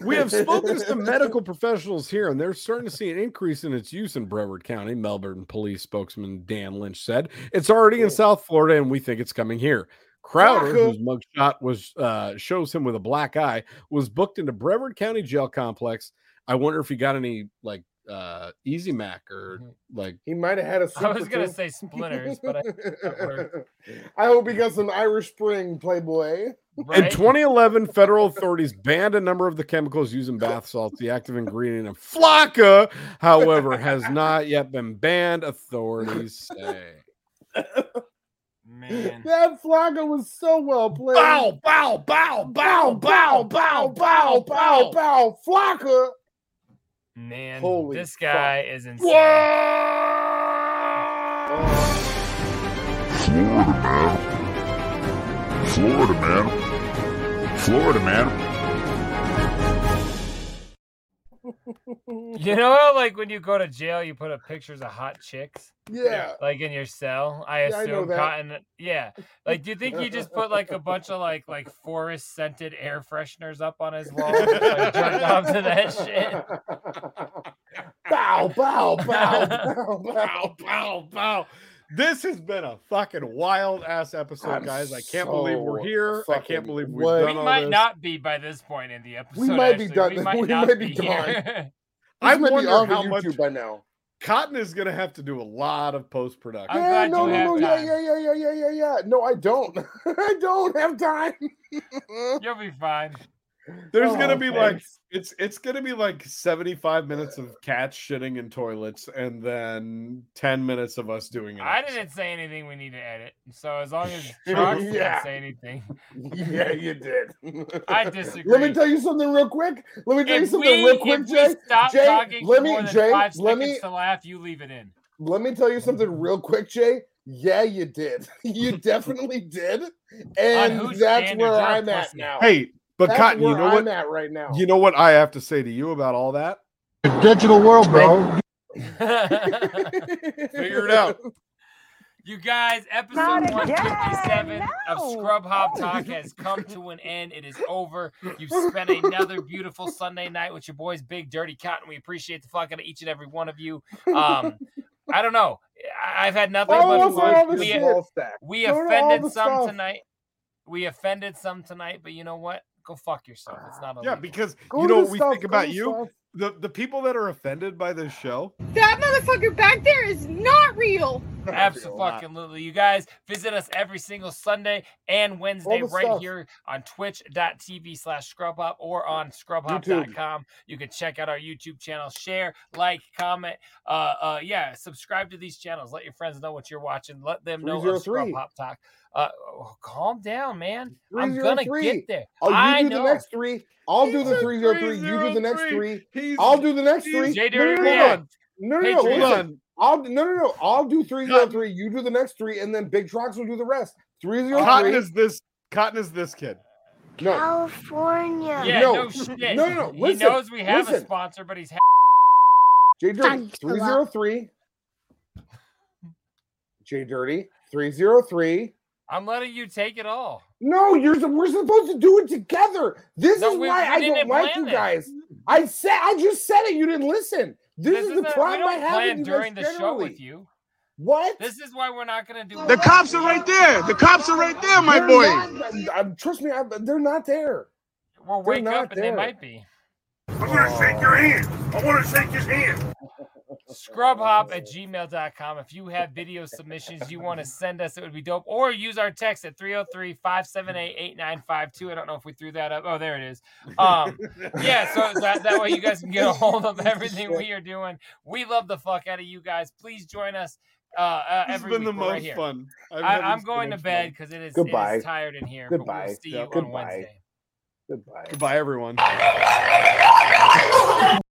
We have spoken to some medical professionals here, and they're starting to see an increase in its use in Brevard County. Melbourne police spokesman Dan Lynch said it's already in South Florida, and we think it's coming here. Crowder, Flacco. whose mugshot was uh, shows him with a black eye, was booked into Brevard County Jail Complex. I wonder if he got any like uh, Easy Mac or like He might have had a. I was super gonna too. say splinters, but I, that word, I hope he got some Irish Spring, Playboy. In right? 2011, federal authorities banned a number of the chemicals used in bath salts. The active ingredient in flaca, however, has not yet been banned, authorities say. Man. That Flocka was so well played. Bow, bow, bow, bow, bow, bow, bow, bow, bow. bow, Flocka. Man, Holy this guy is insane. Ah! Florida man. Florida man. Florida man. You know how, like, when you go to jail, you put up pictures of hot chicks? Yeah. Like in your cell? I Yeah, I know assume that. cotton. uh, Yeah. Like, do you think you just put, like, a bunch of, like, like forest scented air fresheners up on his wall? Just, like, jerked off to that shit? Bow, bow, bow, bow, bow. Bow, bow, bow. This has been a fucking wild ass episode, I'm guys. I can't so believe we're here. I fucking can't believe we've way- done we all might this. not be by this point in the episode. might be actually. done. We might We not might be, be here. I might be wonder off of how much YouTube by now. Cotton is going to have to do a lot of post production. I'm yeah, glad no, you have no, no, yeah, time. yeah, yeah, yeah, yeah, yeah, yeah. No, I don't. I don't have time. You'll be fine. There's Oh, gonna be like thanks. it's it's gonna be like Uh, 75 minutes of cats shitting in toilets and then 10 minutes of us doing it. I didn't say anything we need to edit. So as long as Trucks didn't Yeah. say anything, yeah, you did. I disagree. Let me tell you something real quick. Let me tell if you we, something real quick, if Jay. we stop Jay, talking let for me, more than Jay, five let seconds me, to laugh, you leave it in. let me tell you something real quick, Jay. Yeah, you did. You definitely did, and whose that's standards where are I'm at pussy? now. Hey, but that's Cotton, you where know I'm what? at right now. You know what I have to say to you about all that? digital world, bro. Figure it out. You guys, episode 157 of Scrub Hop Talk has come to an end. It is over. You've spent another beautiful Sunday night with your boys, Big Dirty Cotton. We appreciate the fuck out of each and every one of you. Um, I don't know. I- I've had nothing Follow us on all but the we, shit. we, we Go to all the offended some stuff. tonight. We offended some tonight, but you know what? Go fuck yourself. It's not Yeah, illegal. because Oh, um, Go you to know the what we stuff, think go about to you? stuff. The the people that are offended by this show. That motherfucker back there is not real. Absolutely. You guys visit us every single Sunday and Wednesday the right stuff. here on twitch.tv slash scrubhop or on YouTube. scrubhop.com. You can check out our YouTube channel, share, like, comment. Uh, uh, yeah, subscribe to these channels. Let your friends know what you're watching. Let them know of 303. Scrub Hop Talk. Uh, oh, calm down, man. I'm gonna 303. get there. Oh, you I do know. the next three. I'll do He's the a 303. You do the next 303. three. He's- I'll do the next three. he's- Jay No, no, Dirty React. no, no, no. No, no, no. Patriot. listen. Hold on. I'll no, no, no. I'll do 303. You do the next three, and then Big Trucks will do the rest. Cotton 303. is this Cotton is this kid. No, California. Yeah, No. no, shit. No, no, no. He Listen, knows we have a listen. sponsor, but he's ha- J Dirty. 303. J Dirty. 303. I'm letting you take it all. No, you're the- we're supposed to do it together. This No, is we- why we I didn't don't like plan you this. guys. I said I just said it. You didn't listen. This, is, the not- problem we I don't have plan with you guys during the show generally. with you. What? This is why we're not gonna do The cops are right there. The cops are right there, my They're boy. not- I'm- trust me, I'm, they're not there. Well, wake not up and they there. might be. I want to shake your hand. I want to shake his hand. Scrubhop at gmail.com. If you have video submissions you want to send us, it would be dope. Or use our text at 303 578 8952. I don't know if we threw that up. Oh, there it is. Um, yeah, so that, that way you guys can get a hold of everything we are doing. We love the fuck out of you guys. Please join us uh, uh, This has every been the week. We're right most here. fun. I've I, had I'm so going to much bed fun. because it is, it Goodbye. is tired in here. But Goodbye. we'll see Yeah, you on goodbye. Wednesday. Goodbye. Goodbye everyone.